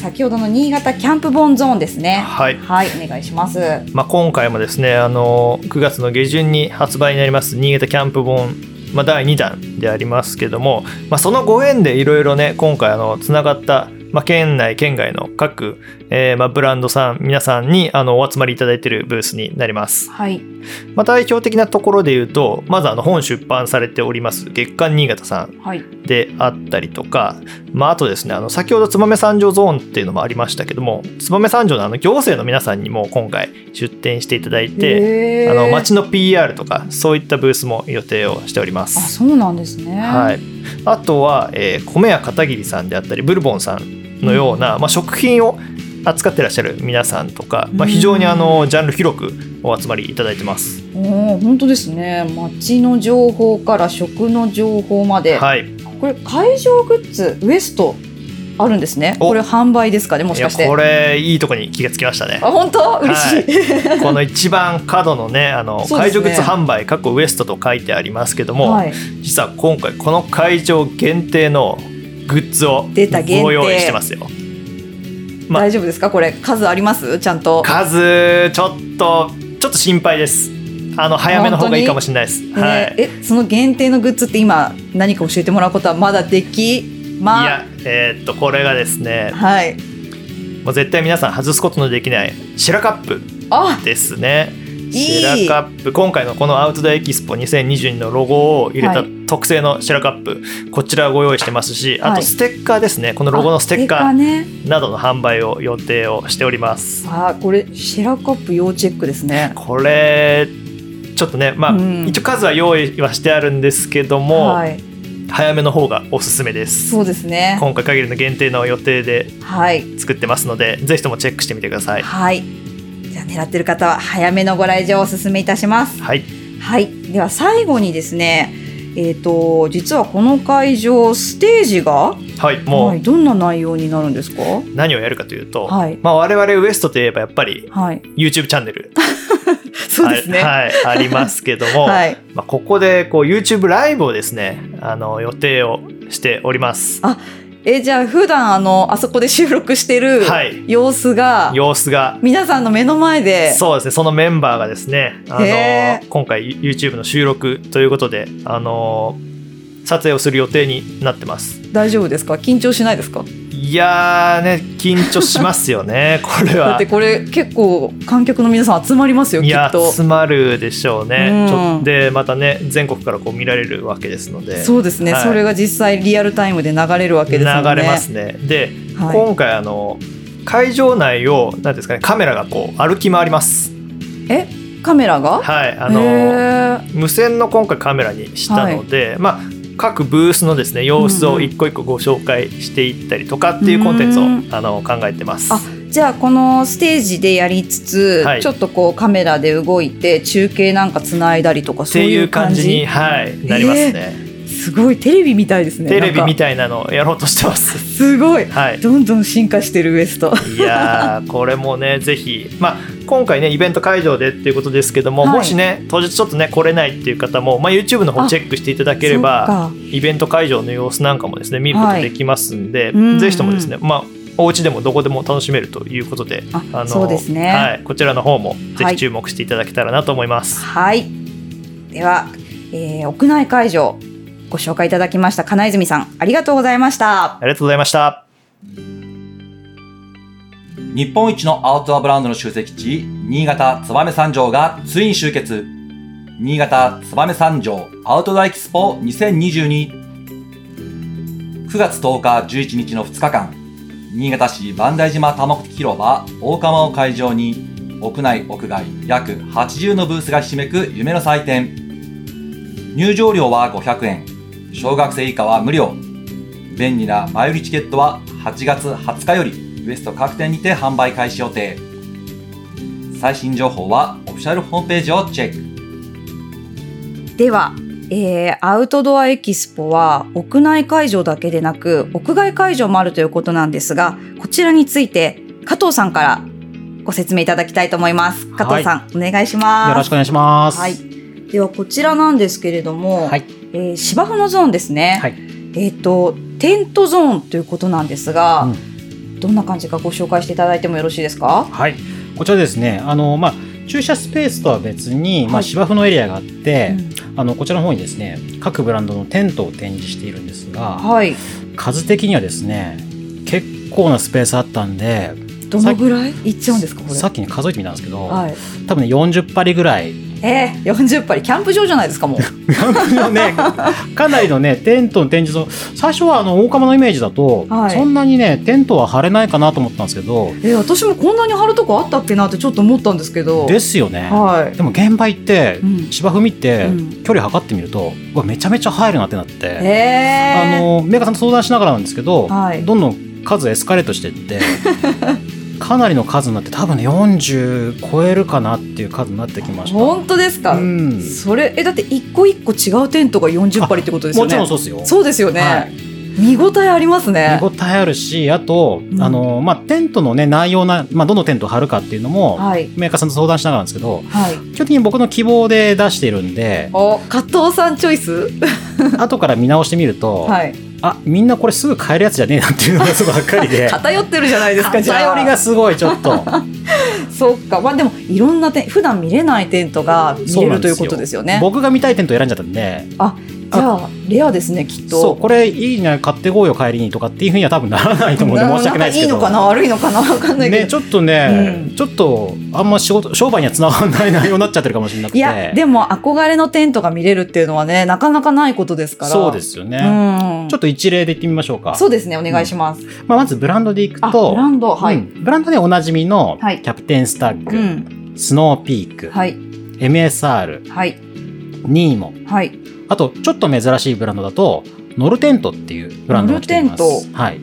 Speaker 3: 先ほどの新潟キャンプボンゾーンですね。
Speaker 5: はい
Speaker 3: はいお願いします。
Speaker 5: まあ、今回もですねあの9月の下旬に発売になります新潟キャンプ本、まあ、第2弾でありますけども、まあ、そのご縁でいろいろね今回あのつながった、まあ、県内県外の各、えーまあ、ブランドさん皆さんにあのお集まりいただいているブースになります、
Speaker 3: はい
Speaker 5: まあ、代表的なところで言うとまずあの本出版されております月刊新潟さん
Speaker 3: はい
Speaker 5: であったりとか、まあ、あとですねあの先ほど燕三条ゾーンっていうのもありましたけども燕三条のあの行政の皆さんにも今回出店していただいて
Speaker 3: へー
Speaker 5: あの町の PR とかそういったブースも予定をしておりま
Speaker 3: あ
Speaker 5: す。
Speaker 3: そうなんですね。
Speaker 5: はい、あとは、えー米屋片桐さんであったりブルボンさんのような、まあ、食品を扱ってらっしゃる皆さんとか、まあ、非常にあのジャンル広くお集まりいただいてます。
Speaker 3: おお本当ですね。街の情報から食の情報まで、
Speaker 5: はい、
Speaker 3: これ会場グッズウエストあるんですね。
Speaker 5: お
Speaker 3: これ販売ですかねも
Speaker 5: い
Speaker 3: し
Speaker 5: や
Speaker 3: かして。
Speaker 5: これいいとこに気がつきましたね。
Speaker 3: あ本当嬉しい。
Speaker 5: この一番角のねあの
Speaker 3: そうで
Speaker 5: 会
Speaker 3: すね
Speaker 5: 場靴販売過去ウエストと書いてありますけども、
Speaker 3: はい
Speaker 5: 実は今回この会場限定のグッズを
Speaker 3: 出た限定
Speaker 5: ご用意してますよま
Speaker 3: 大丈夫ですかこれ数ありますちゃんと。
Speaker 5: 数ちょっとちょっと心配ですあの早めの方がいいかもしれないです、
Speaker 3: ね
Speaker 5: はい、
Speaker 3: えその限定のグッズって今何か教えてもらうことはまだでき
Speaker 5: い
Speaker 3: ま
Speaker 5: やえーっとこれがですね
Speaker 3: はい
Speaker 5: もう絶対皆さん外すことのできないシェラカップ
Speaker 3: あ
Speaker 5: ですね。
Speaker 3: いい
Speaker 5: シェラカップ今回のこのアウトドアエキスポ2022のロゴを入れ
Speaker 3: は
Speaker 5: た
Speaker 3: い
Speaker 5: 特製のシェラカップこちらをご用意してますしあ
Speaker 3: は
Speaker 5: と
Speaker 3: い
Speaker 5: ステッカーですねこのロゴのステッカ
Speaker 3: ね
Speaker 5: ーなどの販売を予定をしております
Speaker 3: あこれシェラカップ要チェックですね
Speaker 5: これちょっとねまあ
Speaker 3: うん
Speaker 5: 一応数は用意はしてあるんですけども
Speaker 3: はい
Speaker 5: 早めの方がおすすめです
Speaker 3: そうですね
Speaker 5: 今回限りの限定の予定で
Speaker 3: はい
Speaker 5: 作ってますのでぜひともチェックしてみてください
Speaker 3: はいじゃあ狙ってる方は早めのご来場をお勧めいたします
Speaker 5: はい
Speaker 3: はいでは最後にですねえっ、と実はこの会場ステージが
Speaker 5: はいも
Speaker 3: は
Speaker 5: う
Speaker 3: い、どんな内容になるんですか
Speaker 5: 何をやるかというと、
Speaker 3: はい
Speaker 5: まあ、我々ウエストといえばやっぱり
Speaker 3: はい
Speaker 5: YouTube チャンネル
Speaker 3: そうですね
Speaker 5: はい、はいありますけども、
Speaker 3: はい
Speaker 5: まあ、ここでこう YouTube ライブをですねあの予定をしております
Speaker 3: あえじゃあ普段あのあそこで収録してる
Speaker 5: はい
Speaker 3: 様子が、
Speaker 5: 様子が
Speaker 3: 皆さんの目の前で
Speaker 5: そうですねそのメンバーがですねあ
Speaker 3: へ
Speaker 5: の今回 YouTube の収録ということであの撮影をする予定になってます
Speaker 3: 大丈夫ですか緊張しないですか
Speaker 5: いやーね緊張しますよ ねこれ
Speaker 3: だっ
Speaker 5: は
Speaker 3: てこれ結構観客の皆さん集まりますよき
Speaker 5: いや
Speaker 3: っと
Speaker 5: 詰まるでしょうね、
Speaker 3: うん
Speaker 5: ちょでまたね全国からこう見られるわけですので
Speaker 3: そうですね、
Speaker 5: はい
Speaker 3: それが実際リアルタイムで流れるわけですよね
Speaker 5: 流れますねで、
Speaker 3: はい
Speaker 5: 今回あの会場内を何ですかねカメラがこう歩き回ります
Speaker 3: えカメラが、
Speaker 5: はいあの
Speaker 3: へー
Speaker 5: 無線の今回カメラにしたので、まあ各ブースのですね様子を一個一個ご紹介していったりとかっていうコンテンツを、
Speaker 3: うん
Speaker 5: あの考えてます
Speaker 3: あじゃあこのステージでやりつつ、
Speaker 5: はい
Speaker 3: ちょっとこうカメラで動いて中継なんかつないだりとか
Speaker 5: っ
Speaker 3: そう
Speaker 5: て
Speaker 3: い
Speaker 5: いうう
Speaker 3: 感
Speaker 5: 感
Speaker 3: じ
Speaker 5: じに、はい、なりますね、
Speaker 3: すすごいテレビみたいですね
Speaker 5: テレビみ
Speaker 3: い
Speaker 5: たいなのをやろうとしてます。
Speaker 3: すごい
Speaker 5: はい。
Speaker 3: どんどん進化してるウエスト
Speaker 5: いやーこれもねぜひ、まあ、今回ねイベント会場でっていうことですけども、
Speaker 3: はい
Speaker 5: もしね当日ちょっとね来れないっていう方も、まあ、YouTube の
Speaker 3: あ
Speaker 5: 方チェックしていただければイベント会場の様子なんかもですね見ることできますんで、
Speaker 3: うんうん
Speaker 5: ぜひともですね、まあお家でもどこでも楽しめるということで、
Speaker 3: あそうですね
Speaker 5: はい、こちらの方もぜ
Speaker 3: は
Speaker 5: ひ
Speaker 3: い
Speaker 5: 注目していただけたらなと思います。
Speaker 3: はいでは、えー屋内会場ご紹介いただきました金泉さんありがとうございました
Speaker 5: ありがとうございました。
Speaker 2: 日本一のアウトドアブランドの集積地、新潟燕三条がついに集結。新潟燕三条アウトドアエキスポ2022。9月10日11日の2日間、新潟市万代島多目的広場大釜を会場に、屋内屋外約80のブースがひしめく夢の祭典。入場料は500円。小学生以下は無料。便利な前売りチケットは8月20日よりウエスト各店にて販売開始予定最新情報はオフィシャルホームページをチェック
Speaker 3: では、えーアウトドアエキスポは屋内会場だけでなく屋外会場もあるということなんですがこちらについて加藤さんからご説明いただきたいと思います加藤さん、お願いします
Speaker 6: よろしくお願いします。
Speaker 3: はい。ではこちらなんですけれども、
Speaker 6: はい
Speaker 3: えー芝生のゾーンですね。
Speaker 6: はい
Speaker 3: えっ、とテントゾーンということなんですが、
Speaker 6: う
Speaker 3: どんな感じかご紹介していただいてもよろしいですか？
Speaker 6: はい、こちらですね、あのまあ、駐車スペースとは別に、ま
Speaker 3: は
Speaker 6: あ、
Speaker 3: い
Speaker 6: 芝生のエリアがあって、
Speaker 3: う
Speaker 6: あのこちらの方にですね各ブランドのテントを展示しているんですが、
Speaker 3: んはい。
Speaker 6: 数的にはですね結構なスペースあったんで
Speaker 3: どのぐらいいっちゃうんですかこれ？
Speaker 6: さっきね数えてみたんですけど、
Speaker 3: はい。
Speaker 6: 多分ね40張りぐらい
Speaker 3: えー、40パリキャンプ場じゃないですか もう。
Speaker 6: のねかなりのねテントの展示の最初はあの大釜のイメージだと、
Speaker 3: はい
Speaker 6: そんなにねテントは張れないかなと思ったんですけど
Speaker 3: えー、私もこんなに貼るとこあったっけなってちょっと思ったんですけど。
Speaker 6: ですよね。
Speaker 3: はい。
Speaker 6: でも現場行って、
Speaker 3: うん
Speaker 6: 芝生見て、
Speaker 3: うん
Speaker 6: 距離測ってみるとうわめちゃめちゃ入るなってなって、あ
Speaker 3: えー、
Speaker 6: のメーカーさんと相談しながらなんですけど、
Speaker 3: はい
Speaker 6: どんどん数エスカレートしていって かなりの数になって多分ね40超えるかなっていう数になってきました。
Speaker 3: 本当ですか？
Speaker 6: うん
Speaker 3: それえだって一個一個違うテントが40パリってことですよ
Speaker 6: も
Speaker 3: ね？
Speaker 6: ちろんそうですよ。
Speaker 3: そうですよね。
Speaker 6: はい
Speaker 3: 見応えありますね。
Speaker 6: 見応えあるしあと、
Speaker 3: うん
Speaker 6: あのまあ、テントの、ね、内容な、まあ、どのテントを張るかっていうのも、
Speaker 3: はい。
Speaker 6: メーカーさんと相談しながらなんですけど
Speaker 3: はい。
Speaker 6: 基本的に僕の希望で出しているん で
Speaker 3: お、加藤さんチョイス。
Speaker 6: 後から見直してみると、
Speaker 3: はい。
Speaker 6: あみんなこれすぐ買えるやつじゃねえなっていうのがすごいばっか りで
Speaker 3: 偏ってるじゃないですか。じゃあ
Speaker 6: 偏りが。すごいちょっと
Speaker 3: そっか。まあでもいろんなテン普段見れないテントが見
Speaker 6: そう
Speaker 3: れ
Speaker 6: な
Speaker 3: る
Speaker 6: ん
Speaker 3: と
Speaker 6: で
Speaker 3: い
Speaker 6: すよ
Speaker 3: うことですよね。
Speaker 6: 僕が見たいテント選んじゃったんで
Speaker 3: じゃあレアですねきっと。
Speaker 6: そうこれいいね買ってこうよ帰りにとかっていうふうには多分ならないと思うんで申し訳ないですけど
Speaker 3: んかいいのかな悪いのかなわかんないけど。
Speaker 6: ね、ちょっとね、
Speaker 3: う
Speaker 6: ちょっとあんま仕事商売にはつながらない内容になっちゃってるかもしれなくて
Speaker 3: いやでも憧れのテントが見れるっていうのはねなかなかないことですから。
Speaker 6: そうですよね、
Speaker 3: うん。
Speaker 6: ちょっと一例でいってみましょうか
Speaker 3: そうですねお願いします。
Speaker 6: まあ、まずブランドでいく
Speaker 3: あ
Speaker 6: と
Speaker 3: ブランドはい。
Speaker 6: う
Speaker 3: うん。
Speaker 6: んブランドでおなじみのキ
Speaker 3: はい
Speaker 6: ャプテンスタッグ、スノーピーク、
Speaker 3: はい。
Speaker 6: MSR
Speaker 3: はい。
Speaker 6: ニーモ
Speaker 3: はい。
Speaker 6: あと、ちょっと珍しいブランドだと、ノルテントっていうブランドが来ています。
Speaker 3: ノルテン
Speaker 6: はい。
Speaker 3: へ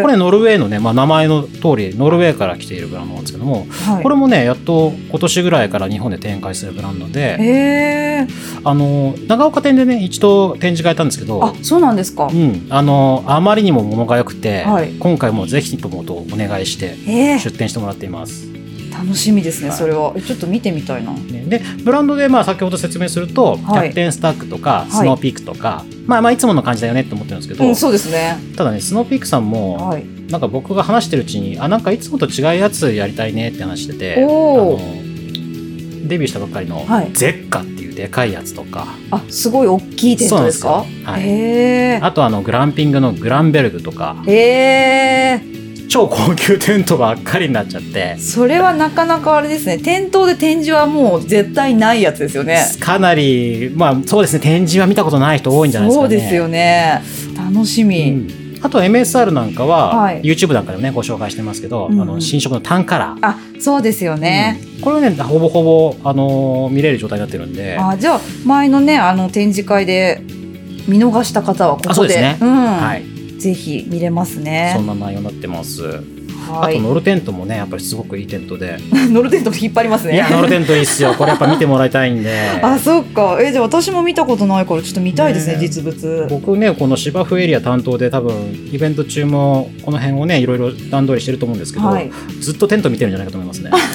Speaker 3: え。
Speaker 6: これ、ノルウェーのね、まあ、名前の通り、ノルウェーから来ているブランドなんですけども、
Speaker 3: はい
Speaker 6: これもね、やっと今年ぐらいから日本で展開するブランドで、
Speaker 3: へえ。
Speaker 6: あの、長岡店でね、一度展示会やったんですけ
Speaker 3: あ
Speaker 6: ど、
Speaker 3: そうなんですか
Speaker 6: う。ん、あの、あまりにも物が良くて、
Speaker 3: はい
Speaker 6: 今回もぜひともとお願いして、
Speaker 3: ええ。
Speaker 6: 出店してもらっています。
Speaker 3: 楽しみですね、
Speaker 6: はい
Speaker 3: それはえちょっと見てみたいな
Speaker 6: ねで、ブランドで、まあ、先ほど説明すると、
Speaker 3: はい
Speaker 6: キャプテンスタックとか、スノーピークとか、まあ、まあ、いつもの感じだよねって思ってるんですけど、
Speaker 3: うんそうですね
Speaker 6: ただね、スノーピークさんも、
Speaker 3: はい
Speaker 6: なんか僕が話してるうちに、あ、なんかいつもと違うやつやりたいねって話してて、あ
Speaker 3: お
Speaker 6: の
Speaker 3: ー
Speaker 6: デビューしたばっかりの、
Speaker 3: はい
Speaker 6: ゼッカっていうでかいやつとか、
Speaker 3: あすごい大きいテントですか
Speaker 6: そうなんですよはい
Speaker 3: へえ
Speaker 6: あとあのグランピングのグランベルグとか、
Speaker 3: へえ
Speaker 6: 超高級テントばっかりになっちゃって、
Speaker 3: それはなかなかあれですね店頭で展示はもう絶対ないやつですよね
Speaker 6: かなり、まあそうですね、展示は見たことない人多いんじゃないです
Speaker 3: そ
Speaker 6: か
Speaker 3: う
Speaker 6: ね。
Speaker 3: ですよね楽しみ、
Speaker 6: うんあと MSR なんかは、
Speaker 3: はい
Speaker 6: YouTube なんかでもねご紹介してますけど、
Speaker 3: うん
Speaker 6: あの新色のタンカラー、
Speaker 3: あそうですよね、
Speaker 6: うんこれはねほぼほぼ、あのー見れる状態になってるんで
Speaker 3: あじゃあ前のねあの展示会で見逃した方はここで
Speaker 6: あそうですね
Speaker 3: ん
Speaker 6: はい、
Speaker 3: ぜひ見れますね
Speaker 6: そんな内容になってます。
Speaker 3: は
Speaker 6: あ
Speaker 3: い
Speaker 6: と、ノルテントもね、やっぱりすごくいいテントで。
Speaker 3: 乗るテント引っ張ります
Speaker 6: い
Speaker 3: ね
Speaker 6: や、ノルテントいいっすよ。これやっぱ見てもらいたいんで。
Speaker 3: あそっかえじゃあ私も見たことないからちょっと見たいですね
Speaker 6: ね
Speaker 3: 実物
Speaker 6: 僕ね、この芝生エリア担当で多分、イベント中もこの辺をね、いろいろ段取りしてると思うんですけど、
Speaker 3: はい
Speaker 6: ずっとテント見てるんじゃないかと思いますね。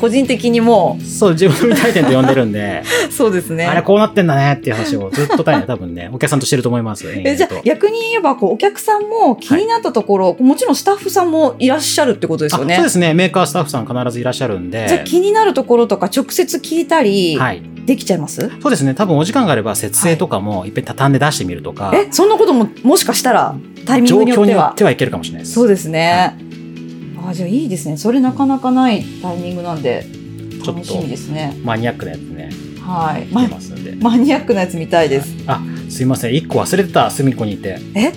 Speaker 3: 個人的にも
Speaker 6: そう、自分の見たいテント呼んでるんで、
Speaker 3: うそうですね
Speaker 6: あれこうなってんだねっていう話をずっと多分ね多分ね、お客さんとしてると思います。延々
Speaker 3: えじゃあ
Speaker 6: と
Speaker 3: 逆に言えばこうお客さんも気になったところ、もちろんスタッフさんもいらっしゃるってことですよ
Speaker 6: あ
Speaker 3: ね。
Speaker 6: そうですね。メーカースタッフさん必ずいらっしゃるんで。
Speaker 3: じゃあ気になるところとか直接聞いたり
Speaker 6: はい。
Speaker 3: できちゃいます、
Speaker 6: そうですね。多分お時間があれば、設営とかもいっぺん畳んで出してみるとか、
Speaker 3: えそんなことももしかしたらタイミン
Speaker 6: 状
Speaker 3: グによ
Speaker 6: 況
Speaker 3: っ
Speaker 6: に
Speaker 3: て
Speaker 6: よ
Speaker 3: は
Speaker 6: ってはいけるかもしれないです。
Speaker 3: そうですね。あじゃあいいですね。それなかなかないタイミングなんで
Speaker 6: ちょっと
Speaker 3: 楽しみですね。
Speaker 6: マニアックなやつね、
Speaker 3: はい。ま
Speaker 6: 出ますんで。
Speaker 3: マニアックなやつ見たいです。
Speaker 6: あ、すいません。一個忘れてた、隅っこにいて。
Speaker 3: え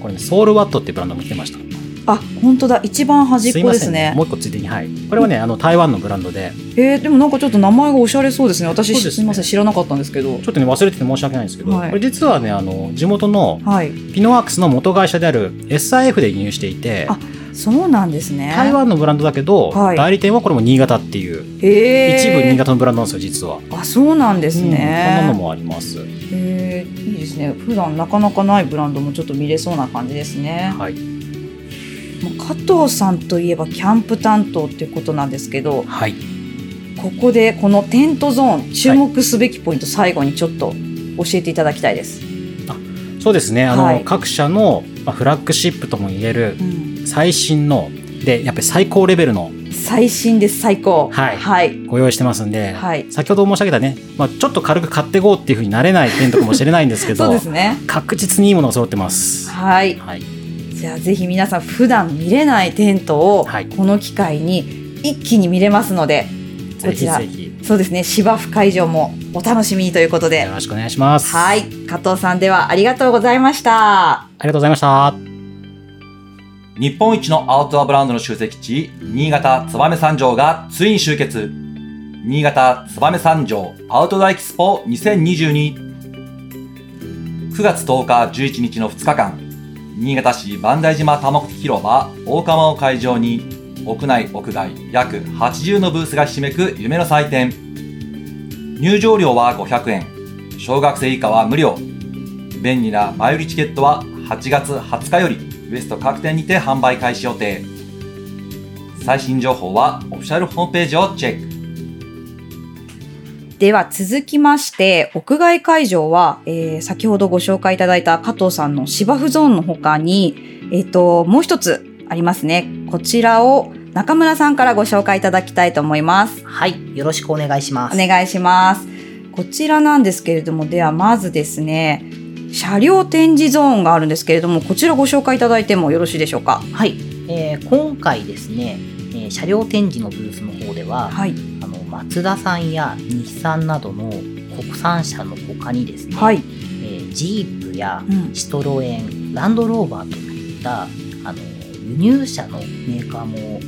Speaker 6: これね、ソウルワットっていうブランドも来てました。
Speaker 3: あ本当だ一番端っ
Speaker 6: すい
Speaker 3: こ
Speaker 6: ま
Speaker 3: で
Speaker 6: せ
Speaker 3: す
Speaker 6: んね
Speaker 3: ね。
Speaker 6: もう一個ついでに、はい。これはね、あの、台湾のブランドで、
Speaker 3: えーでもなんかちょっと名前がおしゃれそうですね。私
Speaker 6: そうですすね
Speaker 3: みません知らなかったんですけど
Speaker 6: ち。ょっとね、忘れてて申し訳ないんですけど、
Speaker 3: はい
Speaker 6: これ実はね、あの、地元の
Speaker 3: はい。
Speaker 6: ピノワークスの元会社である SIF で輸入していて、
Speaker 3: あそうなんですね。
Speaker 6: 台湾のブランドだけど、
Speaker 3: はい
Speaker 6: 代理店はこれも新潟っていう、
Speaker 3: へー
Speaker 6: 一部新潟のブランドなんですよ、実は。
Speaker 3: あそうなんで
Speaker 6: うん
Speaker 3: す
Speaker 6: こん
Speaker 3: ね。
Speaker 6: なのもあります。
Speaker 3: へーいいですね。普段なかなかないブランドもちょっと見れそうな感じですね。
Speaker 6: はい。
Speaker 3: まあ加藤さんといえばキャンプ担当っていうことなんですけど、
Speaker 6: はい。
Speaker 3: ここでこのテントゾーン注目すべきポイント、最後にちょっと教えていただきたいです。
Speaker 6: そうですね。あの、
Speaker 3: はい
Speaker 6: 各社の、まあ、フラッグシップとも言える
Speaker 3: うん、
Speaker 6: 最新の、で、やっぱり最高レベルの
Speaker 3: 最新です最高。
Speaker 6: はい
Speaker 3: はい
Speaker 6: ご用意してますんで、
Speaker 3: はい
Speaker 6: 先ほど申し上げたね、まあ、ちょっと軽く買っていこうっていうふうになれない点とかもしれないんですけど、
Speaker 3: そうですね。
Speaker 6: 確実にいいものが揃ってます。
Speaker 3: はい。
Speaker 6: はい。
Speaker 3: じゃあぜひ皆さん普段見れないテントを
Speaker 6: はい
Speaker 3: この機会に一気に見れますので、
Speaker 6: ぜ
Speaker 3: こ
Speaker 6: ひ
Speaker 3: ちら
Speaker 6: ぜひ、
Speaker 3: そうですね芝生会場もお楽しみにということで
Speaker 6: よ。ろしくお願いします。
Speaker 3: は
Speaker 6: あ
Speaker 3: い、加藤さんではありがとうございました。
Speaker 6: りがとうございました。
Speaker 2: 日本一のアウトドアブランドの集積地、新潟燕三条がついに集結。新潟燕三条アウトドアエキスポ2022。9月10日11日の2日間、新潟市万代島多目的広場大釜を会場に、屋内屋外約80のブースがひしめく夢の祭典。入場料は500円、小学生以下は無料。便利な前売りチケットは8月20日よりウエスト各店にて販売開始予定最新情報はオフィシャルホームページをチェック
Speaker 3: では続きまして屋外会場は、えー先ほどご紹介いただいた加藤さんの芝生ゾーンの他に、えっともう一つありますねこちらを中村さんからご紹介いただきたいと思います
Speaker 7: はい、よろしくお願いしま
Speaker 3: お
Speaker 7: す。
Speaker 3: 願いしますこちらなんですけれどもではまずですね車両展示ゾーンがあるんですけれどもこちらご紹介いただいてもよろしいでしょうか
Speaker 7: はい、えー今回ですね、えー車両展示のブースの方では、
Speaker 3: はい
Speaker 7: あのマツダさんや日産などの国産車の他にですね、
Speaker 3: はい、
Speaker 7: えージープや
Speaker 3: うん
Speaker 7: シトロエン、ランドローバーといったあの輸入車のメーカーも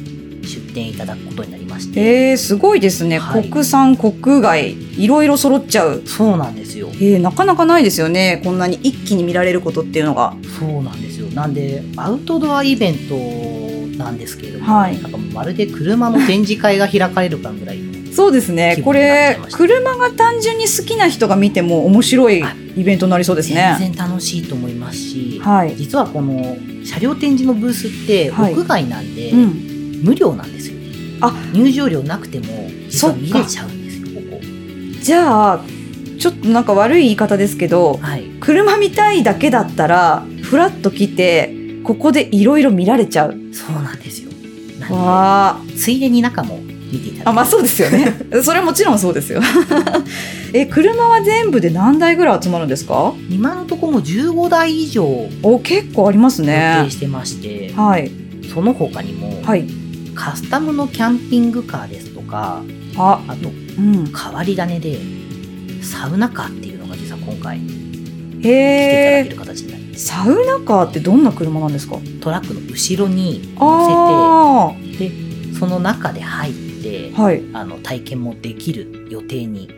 Speaker 7: 出展いただくことになりまして、
Speaker 3: えー、すごいですね、
Speaker 7: はい
Speaker 3: 国産国外いろいろ揃っちゃう
Speaker 7: そうなんですよ。
Speaker 3: えー、なかなかないですよねこんなに一気に見られることっていうのが
Speaker 7: そうなんですよ。なんで、アウトドアイベントなんですけれども、
Speaker 3: はい
Speaker 7: なんかもうまるで車の展示会が開かれるかぐらいの
Speaker 3: そうですね
Speaker 7: 気
Speaker 3: こ
Speaker 7: 分になっ
Speaker 3: れ
Speaker 7: ちゃいました
Speaker 3: 車が単純に好きな人が見ても面白い
Speaker 7: あ
Speaker 3: イベントになりそうですね
Speaker 7: 全然楽しいと思いますし、
Speaker 3: はい、
Speaker 7: 実はこの車両展示のブースって
Speaker 3: はい
Speaker 7: 屋外なんで、
Speaker 3: うん、
Speaker 7: 無料なんですよ。
Speaker 3: あ
Speaker 7: 入場料なくても実は見
Speaker 3: そっ
Speaker 7: れ
Speaker 3: か
Speaker 7: ちゃうんですよこ
Speaker 3: じゃあちょっとなんか悪い言い方ですけど
Speaker 7: こ。はい。
Speaker 3: 車見たいだけだったらフラッと来てここでいろいろ見られちゃう
Speaker 7: そうなんですよ。なん
Speaker 3: わ
Speaker 7: でついでに中も見ていただき
Speaker 3: ああまあそうですよ ねそれはもちろんそうですよ え車は全部で何台ぐらい集まるんですか
Speaker 7: 今のところも15台以上予
Speaker 3: お結構ありますね
Speaker 7: 定してまして、
Speaker 3: はい
Speaker 7: その他にも、
Speaker 3: はい
Speaker 7: カスタムのキャンピングカーですとか、
Speaker 3: あ
Speaker 7: あと
Speaker 3: うん
Speaker 7: 変わり種でサウナカーっていうのが実は今回来
Speaker 3: へ
Speaker 7: ていただ
Speaker 3: え
Speaker 7: ける形になります。
Speaker 3: サウナカーってどんな車なんですか
Speaker 7: トラックの後ろに乗
Speaker 3: あ
Speaker 7: せてでその中で入って
Speaker 3: あはい
Speaker 7: あの体験もできる予定に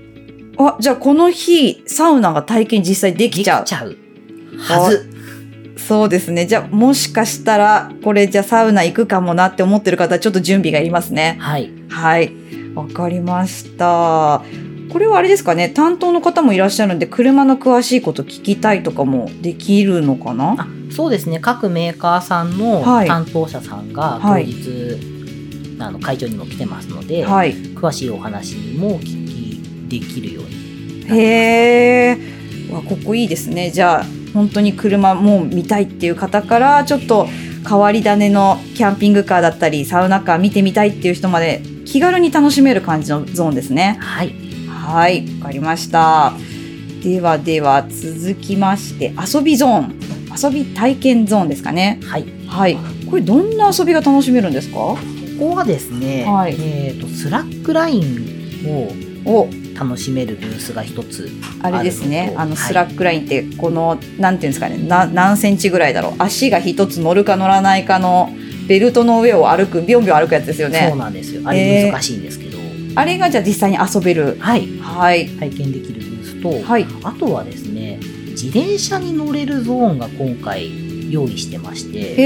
Speaker 3: あじゃあこの日サウナが体験実際で
Speaker 7: で
Speaker 3: き
Speaker 7: き
Speaker 3: ち
Speaker 7: ち
Speaker 3: ゃ
Speaker 7: ゃ
Speaker 3: う
Speaker 7: うはず
Speaker 3: そうですね。じゃあ、もしかしたら、これじゃあサウナ行くかもなって思ってる方、ちょっと準備がいりますね。
Speaker 7: はい。
Speaker 3: はい。わかりました。これはあれですかね、担当の方もいらっしゃるんで、車の詳しいこと聞きたいとかもできるのかな
Speaker 7: あそうですね各メーカーさんの
Speaker 3: はい
Speaker 7: 担当者さんが当
Speaker 3: はい
Speaker 7: 日、あの会場にも来てますので、
Speaker 3: はい。
Speaker 7: 詳しいお話もお聞きできるように
Speaker 3: へえ。わここいいですね。じゃあ本当に車もう見たいっていう方からちょっと変わり種のキャンピングカーだったりサウナカー見てみたいっていう人まで気軽に楽しめる感じのゾーンですね。
Speaker 7: はい
Speaker 3: はい、わかりました。ではでは続きまして遊びゾーン、遊び体験ゾーンですかね。
Speaker 7: はい
Speaker 3: はい。これどんな遊びが楽しめるんですか？
Speaker 7: ここはですね、
Speaker 3: はい
Speaker 7: えー、とスラックラインを
Speaker 3: お、
Speaker 7: 楽しめるブースが一つ
Speaker 3: あれですね。あ
Speaker 7: あるの
Speaker 3: の
Speaker 7: とはい
Speaker 3: スラックラインってこの、なんていうんですかね。な何センチぐらいだろう。足が一つ乗るか乗らないかのベルトの上を歩く、ビョンビョン歩くやつですよ
Speaker 7: そう
Speaker 3: ね。
Speaker 7: なんですよあれ難しいんですけど、
Speaker 3: あれがじゃあ実際に遊べる。
Speaker 7: はい
Speaker 3: はい
Speaker 7: 体験できるブースと、
Speaker 3: はい
Speaker 7: あとはですね自転車に乗れるゾーンが今回用意してまして
Speaker 3: へ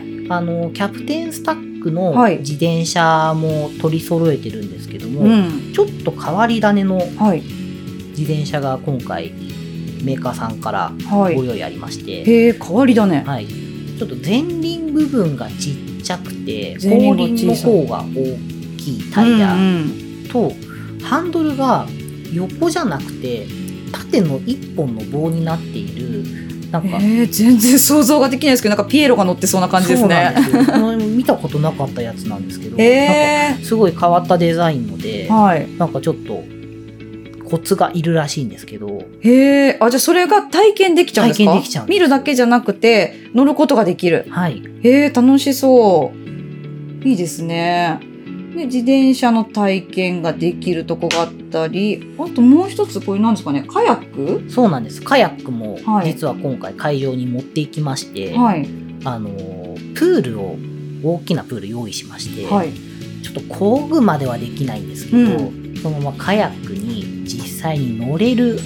Speaker 3: え。
Speaker 7: あのキャプテンスタックの
Speaker 3: はい
Speaker 7: 自転車も取り揃えてるんですけども、
Speaker 3: うん。
Speaker 7: ちょっと変わり種の
Speaker 3: はい
Speaker 7: 自転車が今回メーカーさんから
Speaker 3: は
Speaker 7: ご
Speaker 3: い。
Speaker 7: 用意ありまして、
Speaker 3: へえ変わりだね。
Speaker 7: はいちょっと前輪部分がちっちゃくて後
Speaker 3: 前輪が
Speaker 7: 輪
Speaker 3: 小
Speaker 7: の
Speaker 3: さい
Speaker 7: 方が大きいタイヤ
Speaker 3: うん
Speaker 7: と、ハンドルが横じゃなくて縦の1本の棒になっているなん
Speaker 3: うん
Speaker 7: か
Speaker 3: えー全然想像ができないですけど、なんかピエロが乗ってそうな感じですね。
Speaker 7: そうなんですよこの見たことなかったやつなんですけど、なんか
Speaker 3: え
Speaker 7: すごい変わったデザインので
Speaker 3: ー、はい。
Speaker 7: なんかちょっとコツがいるらしいんですけど
Speaker 3: へえ。あ、じゃあそれが体験できちゃうんですか
Speaker 7: 体験できちゃうんです
Speaker 3: 見るだけじゃなくて、乗ることができる。
Speaker 7: はい
Speaker 3: へえ、楽しそう。いいですね。で、自転車の体験ができるとこがあったり、あともう一つ、これなんですかね、カヤック
Speaker 7: そうなんですカヤックも
Speaker 3: はい
Speaker 7: 実は今回会場に持っていきまして、
Speaker 3: はい。
Speaker 7: あのプールを大きなプール用意しまして、
Speaker 3: はい。
Speaker 7: ちょっと工具まではできないんですけど、
Speaker 3: う
Speaker 7: そのままカヤックに実際に乗れる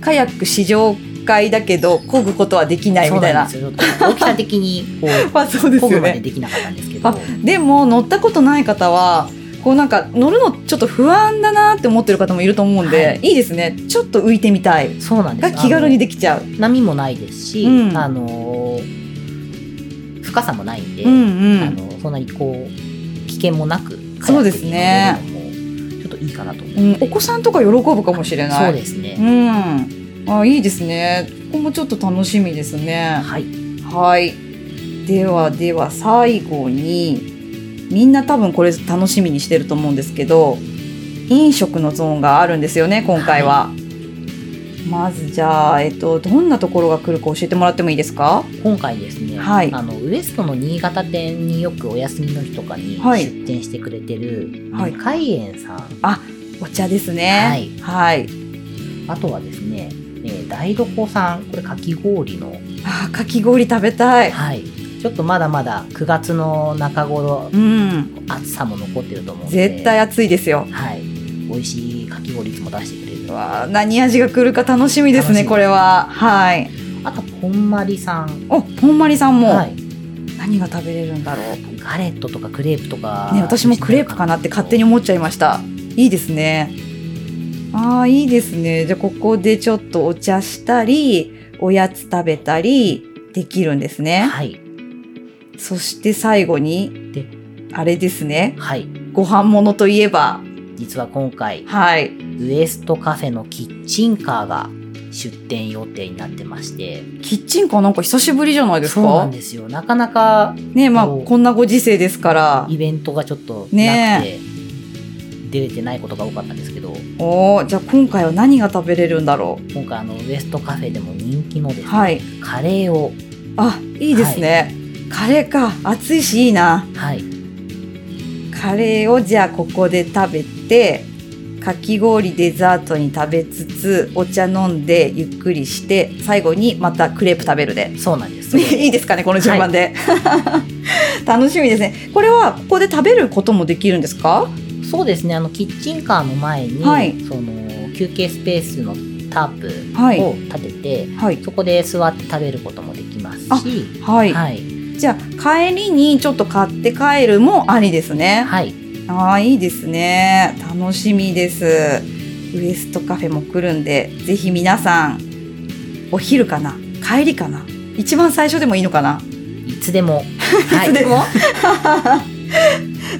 Speaker 3: カヤック試乗会だけど、漕ぐことはできないみたいな。
Speaker 7: そうなんですよちょっと大きさ的にこ
Speaker 3: まあ そうで
Speaker 7: う
Speaker 3: す
Speaker 7: 工具
Speaker 3: よ
Speaker 7: まで
Speaker 3: ね。
Speaker 7: できなかったんですけど
Speaker 3: あでも、乗ったことない方は、こうなんか乗るのちょっと不安だなって思ってる方もいると思うんで、
Speaker 7: はい
Speaker 3: い、いですね。ちょっと浮いてみたい。
Speaker 7: そうなんです
Speaker 3: が気軽にできちゃう。
Speaker 7: 波もないですし、
Speaker 3: うん
Speaker 7: あのー深さもないんで、
Speaker 3: うんう
Speaker 7: あ
Speaker 3: ん。
Speaker 7: のそんなにこう危険もなく
Speaker 3: そうですね
Speaker 7: カヤックに乗れるのもちょっといいかなと思
Speaker 3: う
Speaker 7: い
Speaker 3: ん
Speaker 7: ま、す
Speaker 3: お子さんとか喜ぶかもしれない。
Speaker 7: そうですね、
Speaker 3: うん。あ、いいですね。ここもちょっと楽しみですね。
Speaker 7: はい
Speaker 3: はい。ではでは最後に、みんな多分これ楽しみにしてると思うんですけど、飲食のゾーンがあるんですよね、今回は。まずじゃあ、えっと、どんなところが来るか教えてもらってもいいですか
Speaker 7: 今回ですね、
Speaker 3: はい
Speaker 7: あのウエストの新潟店によくお休みの日とかに
Speaker 3: はい
Speaker 7: 出店してくれてる
Speaker 3: はい
Speaker 7: 向海園さん、
Speaker 3: お茶ですね。はい。
Speaker 7: あとはですね、えー台所さんこれかき氷の、
Speaker 3: あ、かき氷食べたい。
Speaker 7: はい、ちょっとまだまだ9月の中頃
Speaker 3: うん。
Speaker 7: 暑さも残ってると思うんで
Speaker 3: 絶対暑いですよ。
Speaker 7: はい、美味しいかき氷いつも出してくれるの
Speaker 3: わあ
Speaker 7: で
Speaker 3: 何味が来るか楽しみです
Speaker 7: 楽し
Speaker 3: ね、
Speaker 7: み
Speaker 3: これは。はい。
Speaker 7: あとほんまりさん
Speaker 3: お、ほんまりさんも、
Speaker 7: はい、
Speaker 3: 何が食べれるんだろう。
Speaker 7: ガレットとかクレープとか、
Speaker 3: ね、私もクレープかなって勝手に思っちゃいました。いいですね。ああ、いいですね。じゃあ、ここでちょっとお茶したり、おやつ食べたりできるんですね。
Speaker 7: はい
Speaker 3: そして最後に
Speaker 7: で、
Speaker 3: あれですね。
Speaker 7: はい
Speaker 3: ご飯物といえば、
Speaker 7: 実は今回
Speaker 3: はい。
Speaker 7: ウエストカフェのキッチンカーが出店予定になってまして
Speaker 3: キッチンカーなんか久しぶりじゃないです
Speaker 7: そうな
Speaker 3: か
Speaker 7: んですよなかなか
Speaker 3: ねまあ、
Speaker 7: そう
Speaker 3: こんなご時世ですから
Speaker 7: イ。ベントがちょっとなくて、
Speaker 3: ね
Speaker 7: 出れてないことが多かったんですけど
Speaker 3: おおじゃあ今回は何が食べれるんだろ
Speaker 7: 今回あのウエストカフェでも人気のです
Speaker 3: う。
Speaker 7: ね、
Speaker 3: はい。
Speaker 7: カレーを、
Speaker 3: あ、いいですね。カレーか。暑いしいいな。
Speaker 7: はい、
Speaker 3: カレーをじゃあここで食べてかき氷デザートに食べつつお茶飲んでゆっくりして最後にまたクレープ食べるで
Speaker 7: そうなんです
Speaker 3: いいですかねこの順番で、 楽しみですねこれはここで食べることもできるんですか
Speaker 7: そうですねあのキッチンカーの前に、
Speaker 3: はい
Speaker 7: その休憩スペースのタープ
Speaker 3: はい
Speaker 7: を立てて、
Speaker 3: はい
Speaker 7: そこで座って食べることもでききます
Speaker 3: あ
Speaker 7: し、
Speaker 3: はい、
Speaker 7: はい、
Speaker 3: じゃあ帰りにちょっと買って帰るもありですね。
Speaker 7: はい、
Speaker 3: ああいいですね。楽しみです。ウエストカフェも来るんで、ぜひ皆さんお昼かな、帰りかな、一番最初でもいいのかな、
Speaker 7: いつ でも、は
Speaker 3: い
Speaker 7: い
Speaker 3: つでも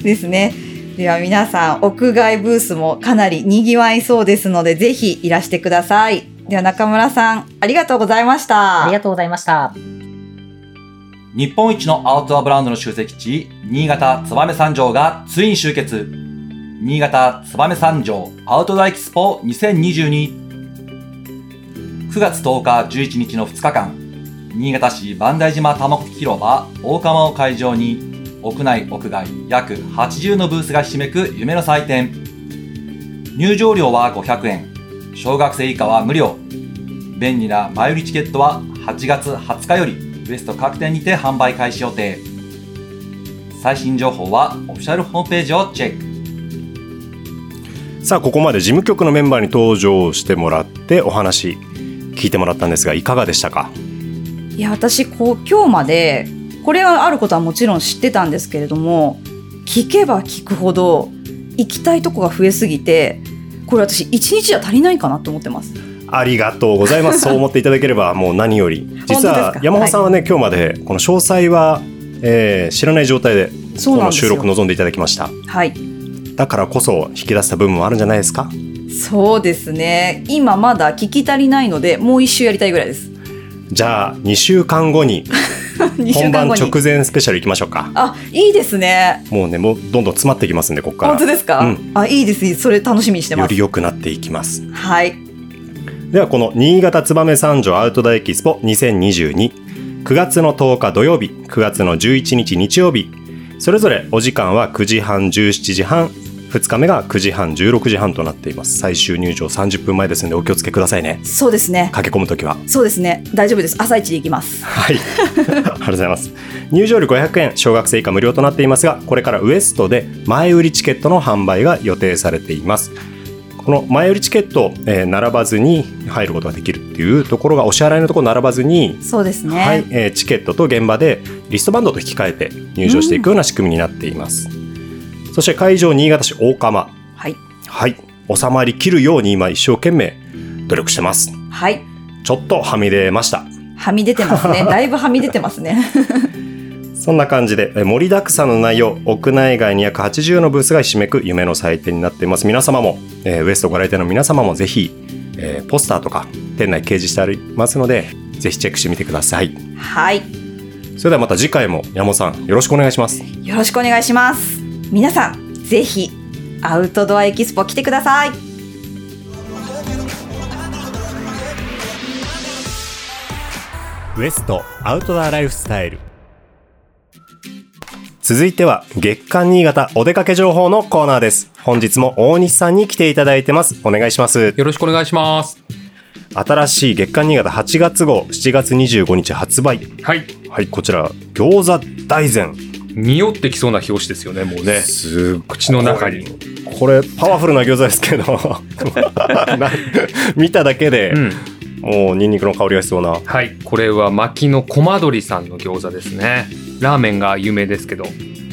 Speaker 3: ですね。では皆さん屋外ブースもかなりにぎわいそうですので、ぜひいらしてください。では中村さんありがとうございました。
Speaker 7: ありがとうございました。
Speaker 2: 日本一のアウトドアブランドの集積地、新潟燕三条がついに集結。新潟燕三条アウトドアエキスポ2022。9月10日11日の2日間、新潟市万代島多目的広場大釜を会場に、屋内屋外約80のブースがひしめく夢の祭典。入場料は500円、小学生以下は無料。便利な前売りチケットは8月20日よりウエスト各店にて販売開始予定最新情報はオフィシャルホームページをチェック
Speaker 1: さあここまで事務局のメンバーに登場してもらってお話聞いてもらったんですがいかがでしたか
Speaker 3: いや私こう今日までこれがあることはもちろん知ってたんですけれども聞けば聞くほど行きたいとこが増えすぎてこれ私一日じゃ足りないかなと思ってます。
Speaker 1: ありがとうござい ます。そう思っていただければもう何より。実
Speaker 3: 本当で
Speaker 1: は
Speaker 3: すか
Speaker 1: 山本さんはね、今日までこの詳細は、えー知らない状態で
Speaker 3: そ
Speaker 1: こ
Speaker 3: うなん
Speaker 1: の
Speaker 3: です
Speaker 1: 収
Speaker 3: よ
Speaker 1: 録臨んでいただきました。
Speaker 3: はい
Speaker 1: だからこそ引き出した部分もあるんじゃないですか。
Speaker 3: そうですね今まだ聞き足りないのでもう一周やりたいぐらいです
Speaker 1: じゃあ2週間後 に
Speaker 3: 二週
Speaker 1: 本
Speaker 3: 間
Speaker 1: 番
Speaker 3: 後に
Speaker 1: 直前スペシャル行きましょうか。
Speaker 3: あいいですね
Speaker 1: もうね、もうどんどん詰まってきますんで、ここか
Speaker 3: 本当
Speaker 1: ら。
Speaker 3: ですか、
Speaker 1: うん
Speaker 3: あいいですいいですそれ楽しみにして
Speaker 1: よ
Speaker 3: ます
Speaker 1: り良くなっていきます。
Speaker 3: はい
Speaker 1: ではこの新潟燕三条アウトドアエキスポ20229月の10日土曜日9月の11日日曜日それぞれお時間は9時半17時半2日目が9時半16時半となっています最終入場30分前ですのでお気をつけくださいね
Speaker 3: そうですね
Speaker 1: 駆け込むときは
Speaker 3: そうですね大丈夫です朝一で行きます
Speaker 1: はい ありがとうございます入場料500円小学生以下無料となっていますがこれからウエストで前売りチケットの販売が予定されていますこの前売りチケット、えー並ばずに入ることができるっていうところがお支払いのところ並ばずに、
Speaker 3: そうですね
Speaker 1: はいえーチケットと現場でリストバンドと引き換えて入場していくような仕組みになっています、そして会場新潟市大釜
Speaker 3: はい、
Speaker 1: はい収まりきるように今一生懸命努力してます
Speaker 3: はい、
Speaker 1: ちょっとはみ出ました
Speaker 3: はみ出てますねだいぶはみ出てますね
Speaker 1: そんな感じでえー盛りだくさんの内容屋内外に約80のブースがひしめく夢の祭典になっています皆様も、えーウエストご来店の皆様もぜひ、えーポスターとか店内掲示してありますのでぜひチェックしてみてください
Speaker 3: はい
Speaker 1: それではまた次回も山本さんよろしくお願いします
Speaker 3: よろしくお願いします皆さんぜひアウトドアエキスポ来てください
Speaker 1: ウエストアウトドアライフスタイル続いては月刊新潟お出かけ情報のコーナーです本日も大西さんに来ていただいてますお願いします
Speaker 8: よろしくお願いします。
Speaker 1: 新しい月刊新潟8月号7月25日発売
Speaker 8: はい。
Speaker 1: はいこちら餃子大膳
Speaker 8: 匂ってきそうな表紙ですよね、もうね。
Speaker 1: すごい
Speaker 8: 口の中に。
Speaker 1: これパワフルな餃子ですけど な見ただけで、
Speaker 8: うん。
Speaker 1: もうニンニクの香りがしそうな
Speaker 8: はい。これは薪のコマドリさんの餃子ですね。ラーメンが有名ですけど、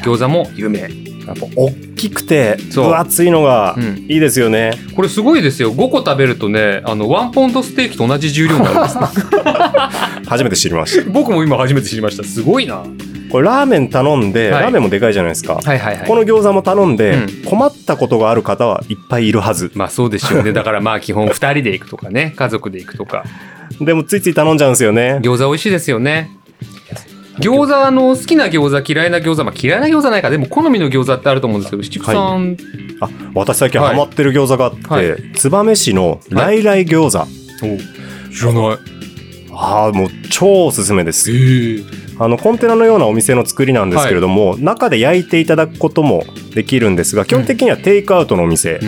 Speaker 8: 餃子も有名。
Speaker 1: やっぱ大きくて
Speaker 8: そう
Speaker 1: 分厚いのが
Speaker 8: うん
Speaker 1: いいですよね、
Speaker 8: これすごいですよ。5個食べるとね、あの、ワンポンドステーキと同じ重量になるんですね。
Speaker 1: 初めて知りました
Speaker 8: 僕も今初めて知りました。すごいな。はい
Speaker 1: これラーメン頼んで、
Speaker 8: はい
Speaker 1: ラーメンもでかいじゃないですか、
Speaker 8: はいはい。
Speaker 1: この餃子も頼んで、
Speaker 8: う
Speaker 1: 困ったことがある方はいっぱいいるはず
Speaker 8: まあそうでしょうね。だからまあ基本2人で行くとかね、家族で行くとか。
Speaker 1: でもついつい頼んじゃうんですよね
Speaker 8: 餃子美味しいですよね。餃子あの好きな餃子嫌いな餃子まあ嫌いな餃子ないかでも好みの餃子ってあると思うんですけど七福さん、
Speaker 1: あ私最近ハマってる餃子があって、
Speaker 8: はい
Speaker 1: 燕市のライライ餃子、
Speaker 8: 知らない
Speaker 1: ああもう超おすすめです
Speaker 8: え
Speaker 1: あのコンテナのようなお店の作りなんですけれども、中で焼いていただくこともできるんですが基本的にはテイクアウトのお店
Speaker 8: え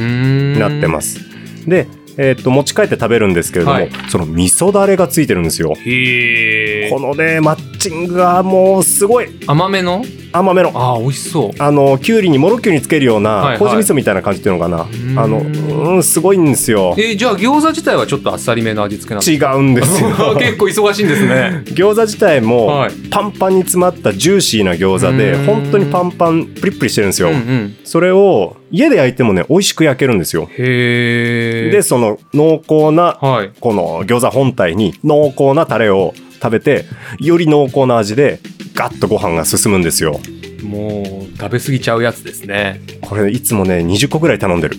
Speaker 1: になってます、で、えーっと持ち帰って食べるんですけれども、
Speaker 8: はい
Speaker 1: その味噌だれがついてるんですよ
Speaker 8: へえ
Speaker 1: このね抹チンがもうすごい
Speaker 8: 甘めの
Speaker 1: 甘めの
Speaker 8: ああ美味しそう
Speaker 1: あのきゅうりにもろきゅうりにつけるよう
Speaker 8: はいは
Speaker 1: ない麹味噌みたいな感じっていうのかな、
Speaker 8: ん
Speaker 1: あのうんすごいんですよ
Speaker 8: えーじゃあ餃子自体はちょっとあっさりめの味付けなんです
Speaker 1: 違うんですよ
Speaker 8: か 結構忙しいんですね
Speaker 1: 餃子自体も
Speaker 8: はい
Speaker 1: パンパンに詰まったジューシーな餃子で
Speaker 8: うん
Speaker 1: 本当にパンパンプリップリしてるんですよ、
Speaker 8: うんうん
Speaker 1: それを家で焼いてもね美味しく焼けるんですよ
Speaker 8: へえ
Speaker 1: でその濃厚な
Speaker 8: はい
Speaker 1: この餃子本体に濃厚なタレを食べてより濃厚な味でガッとご飯が進むんですよ
Speaker 8: もう食べ過ぎちゃうやつですね
Speaker 1: これいつもね20個ぐらい頼んでる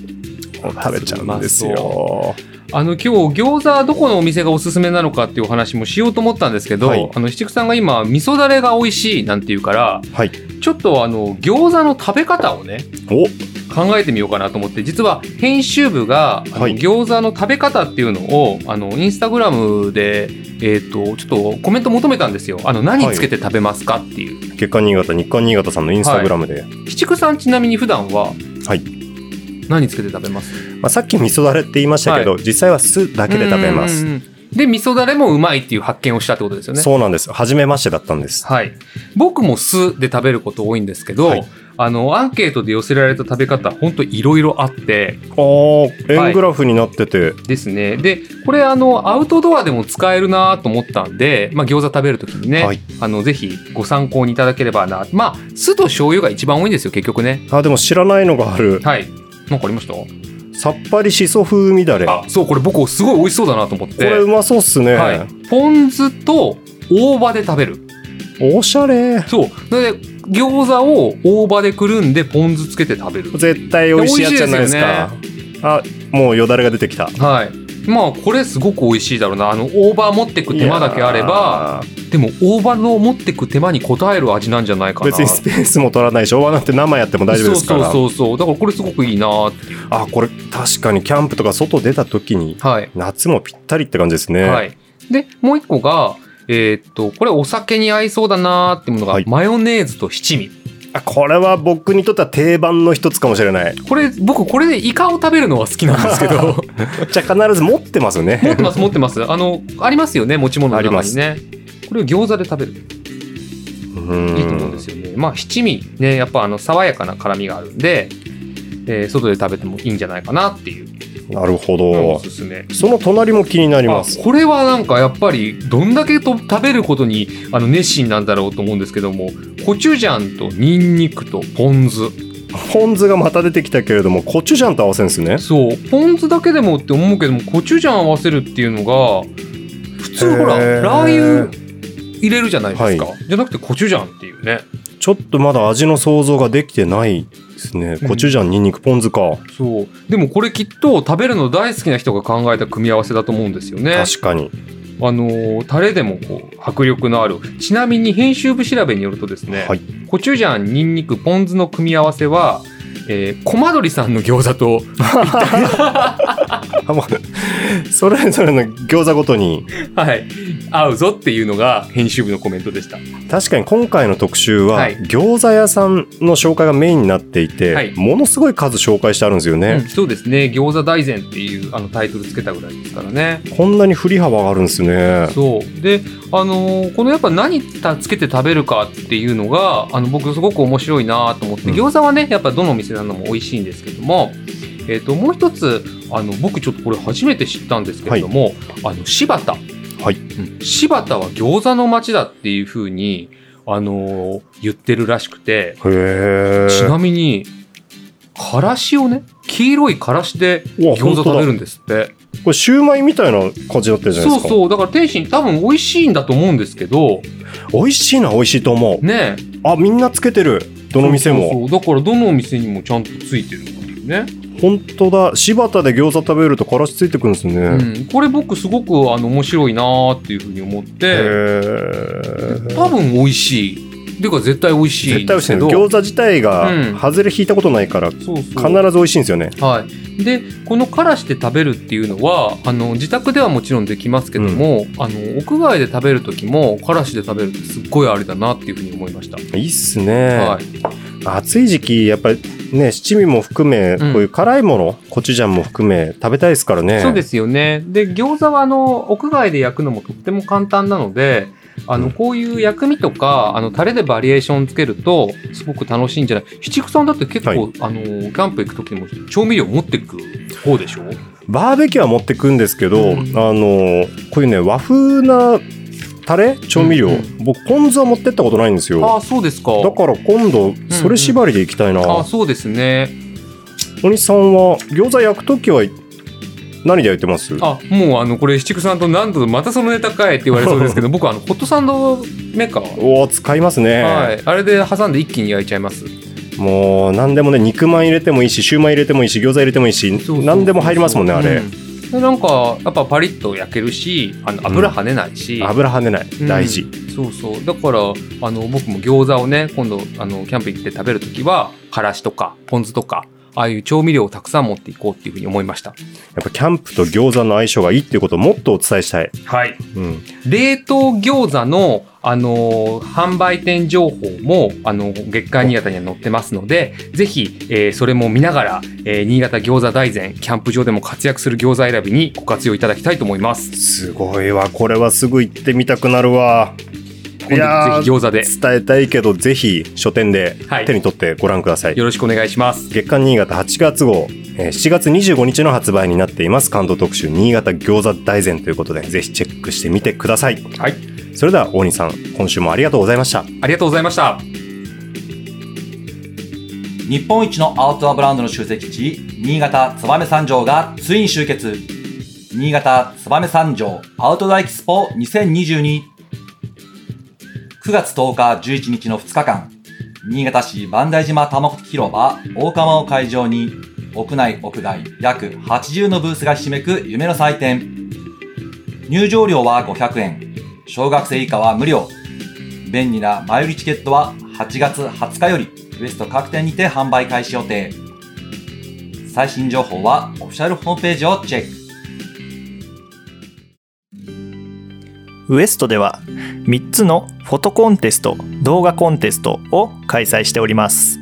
Speaker 1: 食べちゃうんです
Speaker 8: うま
Speaker 1: よ
Speaker 8: あの今日餃子どこのお店がおすすめなのかっていうお話もしようと思ったんですけど、
Speaker 1: はい
Speaker 8: あの七福さんが今味噌だれが美味しいなんて言うから
Speaker 1: はい
Speaker 8: ちょっとあの餃子の食べ方をね
Speaker 1: お
Speaker 8: 考えてみようかなと思って実は編集部が、あの
Speaker 1: はい
Speaker 8: 餃子の食べ方っていうのをあのインスタグラムで、えー、とちょっとコメント求めたんですよあの何つけて食べますかっていう、
Speaker 1: 月刊新潟日刊新潟さんのインスタグラムで、
Speaker 8: 七福さんちなみに普段は
Speaker 1: はい
Speaker 8: 何つけて食べます
Speaker 1: まあ、さっき味噌だれって言いましたけど、実際は酢だけで食べま
Speaker 8: うん
Speaker 1: す
Speaker 8: うんうんで味噌だれもうまいっていう発見をしたってことですよね
Speaker 1: そうなんです初めましてだったんです
Speaker 8: はい、僕も酢で食べること多いんですけど、
Speaker 1: はい
Speaker 8: あのアンケートで寄せられた食べ方ほんといろいろあって
Speaker 1: あー円グラフになってて、
Speaker 8: ですねでこれあのアウトドアでも使えるなと思ったんで、まあ、餃子食べる時にね、
Speaker 1: はい
Speaker 8: あのぜひご参考にいただければなまあ酢と醤油が一番多いんですよ結局ね
Speaker 1: あでも知らないのがある
Speaker 8: はいなんかありました
Speaker 1: さっぱりしそ風味だれこ
Speaker 8: あそうこれ僕すごい美味しそうだなと思って
Speaker 1: れうまそうっすね、
Speaker 8: はい、ポン酢と大葉で食べる
Speaker 1: おしゃれ
Speaker 8: そうなので餃子を大葉でくるんでポン酢つけて食べる
Speaker 1: 絶対美味しいやつじゃないですかあもうよだれが出てきた
Speaker 8: はい。まあこれすごく美味しいだろうな。あの大葉持ってく手間だけあれば、でも大葉の持ってく手間に応える味なんじゃないか
Speaker 1: いやー
Speaker 8: な。
Speaker 1: 別にスペースも取らないし大葉なんて生やっても大丈夫ですから
Speaker 8: そうそうそうそう。だからこれすごくいいなっていう。
Speaker 1: あこれ確かにキャンプとか外出た時に
Speaker 8: はい。
Speaker 1: 夏もぴったりって感じですね、
Speaker 8: はい。でもう一個が。えーっとこれお酒に合いそうだなーってものが、
Speaker 1: はい
Speaker 8: マヨネーズと七味
Speaker 1: あこれは僕にとっては定番の一つかもしれない
Speaker 8: これ僕これでイカを食べるのは好きなんですけど
Speaker 1: じゃあ必ず持ってます
Speaker 8: 持っ
Speaker 1: ね
Speaker 8: てます持ってますあのありますよね持ち物の中にねこれを餃子で食べる
Speaker 1: うん
Speaker 8: いいと思うんですよね。まあ七味ねやっぱあの爽やかな辛みがあるんで、えー外で食べてもいいんじゃないかなっていう
Speaker 1: なるほ
Speaker 8: のがお
Speaker 1: ど
Speaker 8: すすめ。
Speaker 1: その隣も気になりま
Speaker 8: あ
Speaker 1: す
Speaker 8: これはなんかやっぱりどんだけと食べることにあの熱心なんだろうと思うんですけどもコチュジャンとニンニクとポン酢
Speaker 1: ポン酢がまた出てきたけれどもコチュジャンと合わせるんですね
Speaker 8: そうポン酢だけでもって思うけどもコチュジャン合わせるっていうのが普通ほら
Speaker 1: へー
Speaker 8: ラー油入れるじゃないですか、
Speaker 1: は
Speaker 8: じゃなくてコチュジャンっていうね
Speaker 1: ちょっとまだ味の想像ができてないですね
Speaker 8: うん
Speaker 1: コチュジャンニンニクポン酢か、
Speaker 8: そうでもこれきっと食べるの大好きな人が考えた組み合わせだと思うんですよね
Speaker 1: 確かに
Speaker 8: あのータレでもこう迫力のあるちなみに編集部調べによるとですね、
Speaker 1: はい
Speaker 8: コチュジャンニンニクポン酢の組み合わせはえー、コマドリさんの餃子と
Speaker 1: あま あそれぞれの餃子ごとに
Speaker 8: はい合うぞっていうのが編集部のコメントでした
Speaker 1: 確かに今回の特集は、
Speaker 8: はい
Speaker 1: 餃子屋さんの紹介がメインになっていて、
Speaker 8: はい
Speaker 1: ものすごい数紹介してあるんですよ
Speaker 8: うん
Speaker 1: ね、
Speaker 8: そうですね餃子大全っていうあのタイトルつけたぐらいですからね
Speaker 1: こんなに振り幅があるんですね
Speaker 8: そうであのーこのやっぱ何たつけて食べるかっていうのがあの僕すごく面白いなと思って、
Speaker 1: うん
Speaker 8: 餃子はねやっぱどのお店なのも美味しいんですけども、えー、ともう一つあの僕ちょっとこれ初めて知ったんですけれども、あの柴田、
Speaker 1: はい
Speaker 8: うん柴田は餃子の町だっていうふうに、あのー言ってるらしくて
Speaker 1: へえ
Speaker 8: ちなみにからしをね黄色いからしで餃子食べるんですって。
Speaker 1: これシューマイみたいな感じになってるじゃない
Speaker 8: そ
Speaker 1: で
Speaker 8: う
Speaker 1: すか
Speaker 8: そうだから天津多分美味しいんだと思うんですけど
Speaker 1: 美味しいな美味しいと思う
Speaker 8: ね
Speaker 1: あみんなつけてるどの店も
Speaker 8: そうそうだからどのお店にもちゃんとついてるっていうね、
Speaker 1: 本当だ柴田で餃子食べるとからしついてくるんですね、
Speaker 8: うん、これ僕すごくあの面白いなーっていうふうに思っ
Speaker 1: へ
Speaker 8: て
Speaker 1: ー
Speaker 8: 多分美味しいっていうか絶対美味しい
Speaker 1: 絶対美
Speaker 8: んで
Speaker 1: 味
Speaker 8: す
Speaker 1: しい
Speaker 8: け
Speaker 1: ね
Speaker 8: ど
Speaker 1: 餃子自体
Speaker 8: うん
Speaker 1: が外れ引いたことないから必
Speaker 8: そうそう
Speaker 1: ず美味しいんですよね
Speaker 8: はい、でこのからしで食べるっていうのはあの自宅ではもちろんできますけども、あの屋外で食べる時もからしで食べるってすっごいあれだなっていうふうに思いました、
Speaker 1: いいっすね、
Speaker 8: はい、
Speaker 1: 暑い時期やっぱりね七味も含め、
Speaker 8: ん
Speaker 1: こういう辛いものコチュジャンも含め食べたいですからね
Speaker 8: そうですよね。で、餃子はあの、屋外で焼くのもとっても簡単なので、あのこういう薬味とかあのタレでバリエーションつけるとすごく楽しいんじゃない七福さんだって結構、
Speaker 1: はい
Speaker 8: あのキャンプ行く時も調味料持ってく方でしょ
Speaker 1: バーベキューは持ってくんですけど、
Speaker 8: うん
Speaker 1: あのこういうね和風なタレ調味料、
Speaker 8: うんう
Speaker 1: 僕ポン酢は持ってったことないんです
Speaker 8: あ
Speaker 1: よ
Speaker 8: あそうですか
Speaker 1: だから今度それ縛りでいきたいな、
Speaker 8: ああそうですね
Speaker 1: お兄さんは餃子焼くときは何で焼いてます
Speaker 8: あもうあのこれ七福さんと何度もまたそのネタかえって言われそうですけど僕あのホットサンドメーカー、
Speaker 1: おお使いますね、
Speaker 8: はい、あれで挟んで一気に焼いちゃいます
Speaker 1: もう何でもね肉まん入れてもいいしシューマイ入れてもいいし餃子入れてもいいし
Speaker 8: そうそう
Speaker 1: 何でも入りますもんねあれ、
Speaker 8: うんでなんかやっぱパリッと焼けるしあの油跳ねないし、
Speaker 1: 油跳ねない、
Speaker 8: うん
Speaker 1: 大事
Speaker 8: そうそうだからあの僕も餃子をね今度あのキャンプ行って食べる時はからしとかポン酢とかああいう調味料をたくさん持っていこうっていうふうに思いました
Speaker 1: やっぱキャンプと餃子の相性がいいっていうことをもっとお伝えしたい、
Speaker 8: はい
Speaker 1: うん、
Speaker 8: 冷凍餃子の、あのー販売店情報も、あの月刊新潟には載ってますので、ぜひ、えーそれも見ながら、えー新潟餃子大全、キャンプ場でも活躍する餃子選びにご活用いただきたいと思います。
Speaker 1: すごいわこれはすぐ行ってみたくなるわい
Speaker 8: 今
Speaker 1: や
Speaker 8: 度
Speaker 1: ー
Speaker 8: ぜひ餃子で
Speaker 1: 伝えたいけどぜひ書店で
Speaker 8: はい
Speaker 1: 手に取ってご覧ください、
Speaker 8: よろしくお願いします。
Speaker 1: 月刊新潟8月号、えー7月25日の発売になっています関東特集新潟餃子大全ということでぜひチェックしてみてください
Speaker 8: はい、
Speaker 1: それでは大西さん今週もありがとうございました
Speaker 8: ありがとうございました。
Speaker 2: 日本一のアウトドアブランドの集積地、新潟燕三条がついに集結。新潟燕三条アウトドアエキスポ2022。9月10日11日の2日間、新潟市万代島多目的広場大釜を会場に、屋内屋外約80のブースがひしめく夢の祭典。入場料は500円、小学生以下は無料。便利な前売りチケットは8月20日よりウエスト各店にて販売開始予定最新情報はオフィシャルホームページをチェック
Speaker 5: ウエストでは3つのフォトコンテスト動画コンテストを開催しております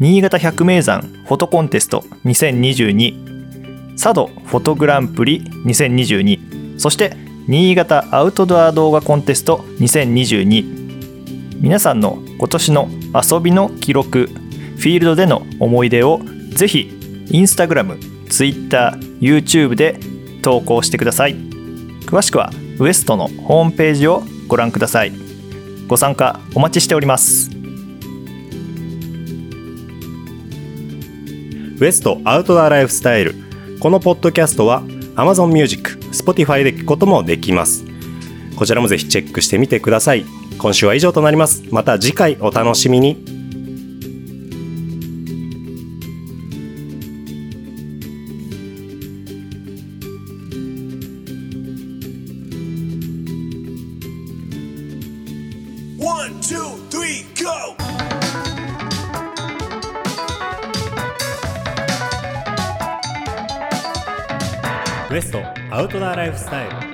Speaker 5: 新潟百名山フォトコンテスト2022佐渡フォトグランプリ2022そして新潟アウトドア動画コンテスト2022皆さんの今年の遊びの記録フィールドでの思い出をぜひインスタグラム、ツイッター、YouTube で投稿してください。詳しくはウエストのホームページをご覧くださいご参加お待ちしております
Speaker 1: ウエストアウトドアライフスタイルこのポッドキャストは Amazon Music、Spotify で聞くこともできますこちらもぜひチェックしてみてください今週は以上となりますまた次回お楽しみにウエストアウトドアライフスタイル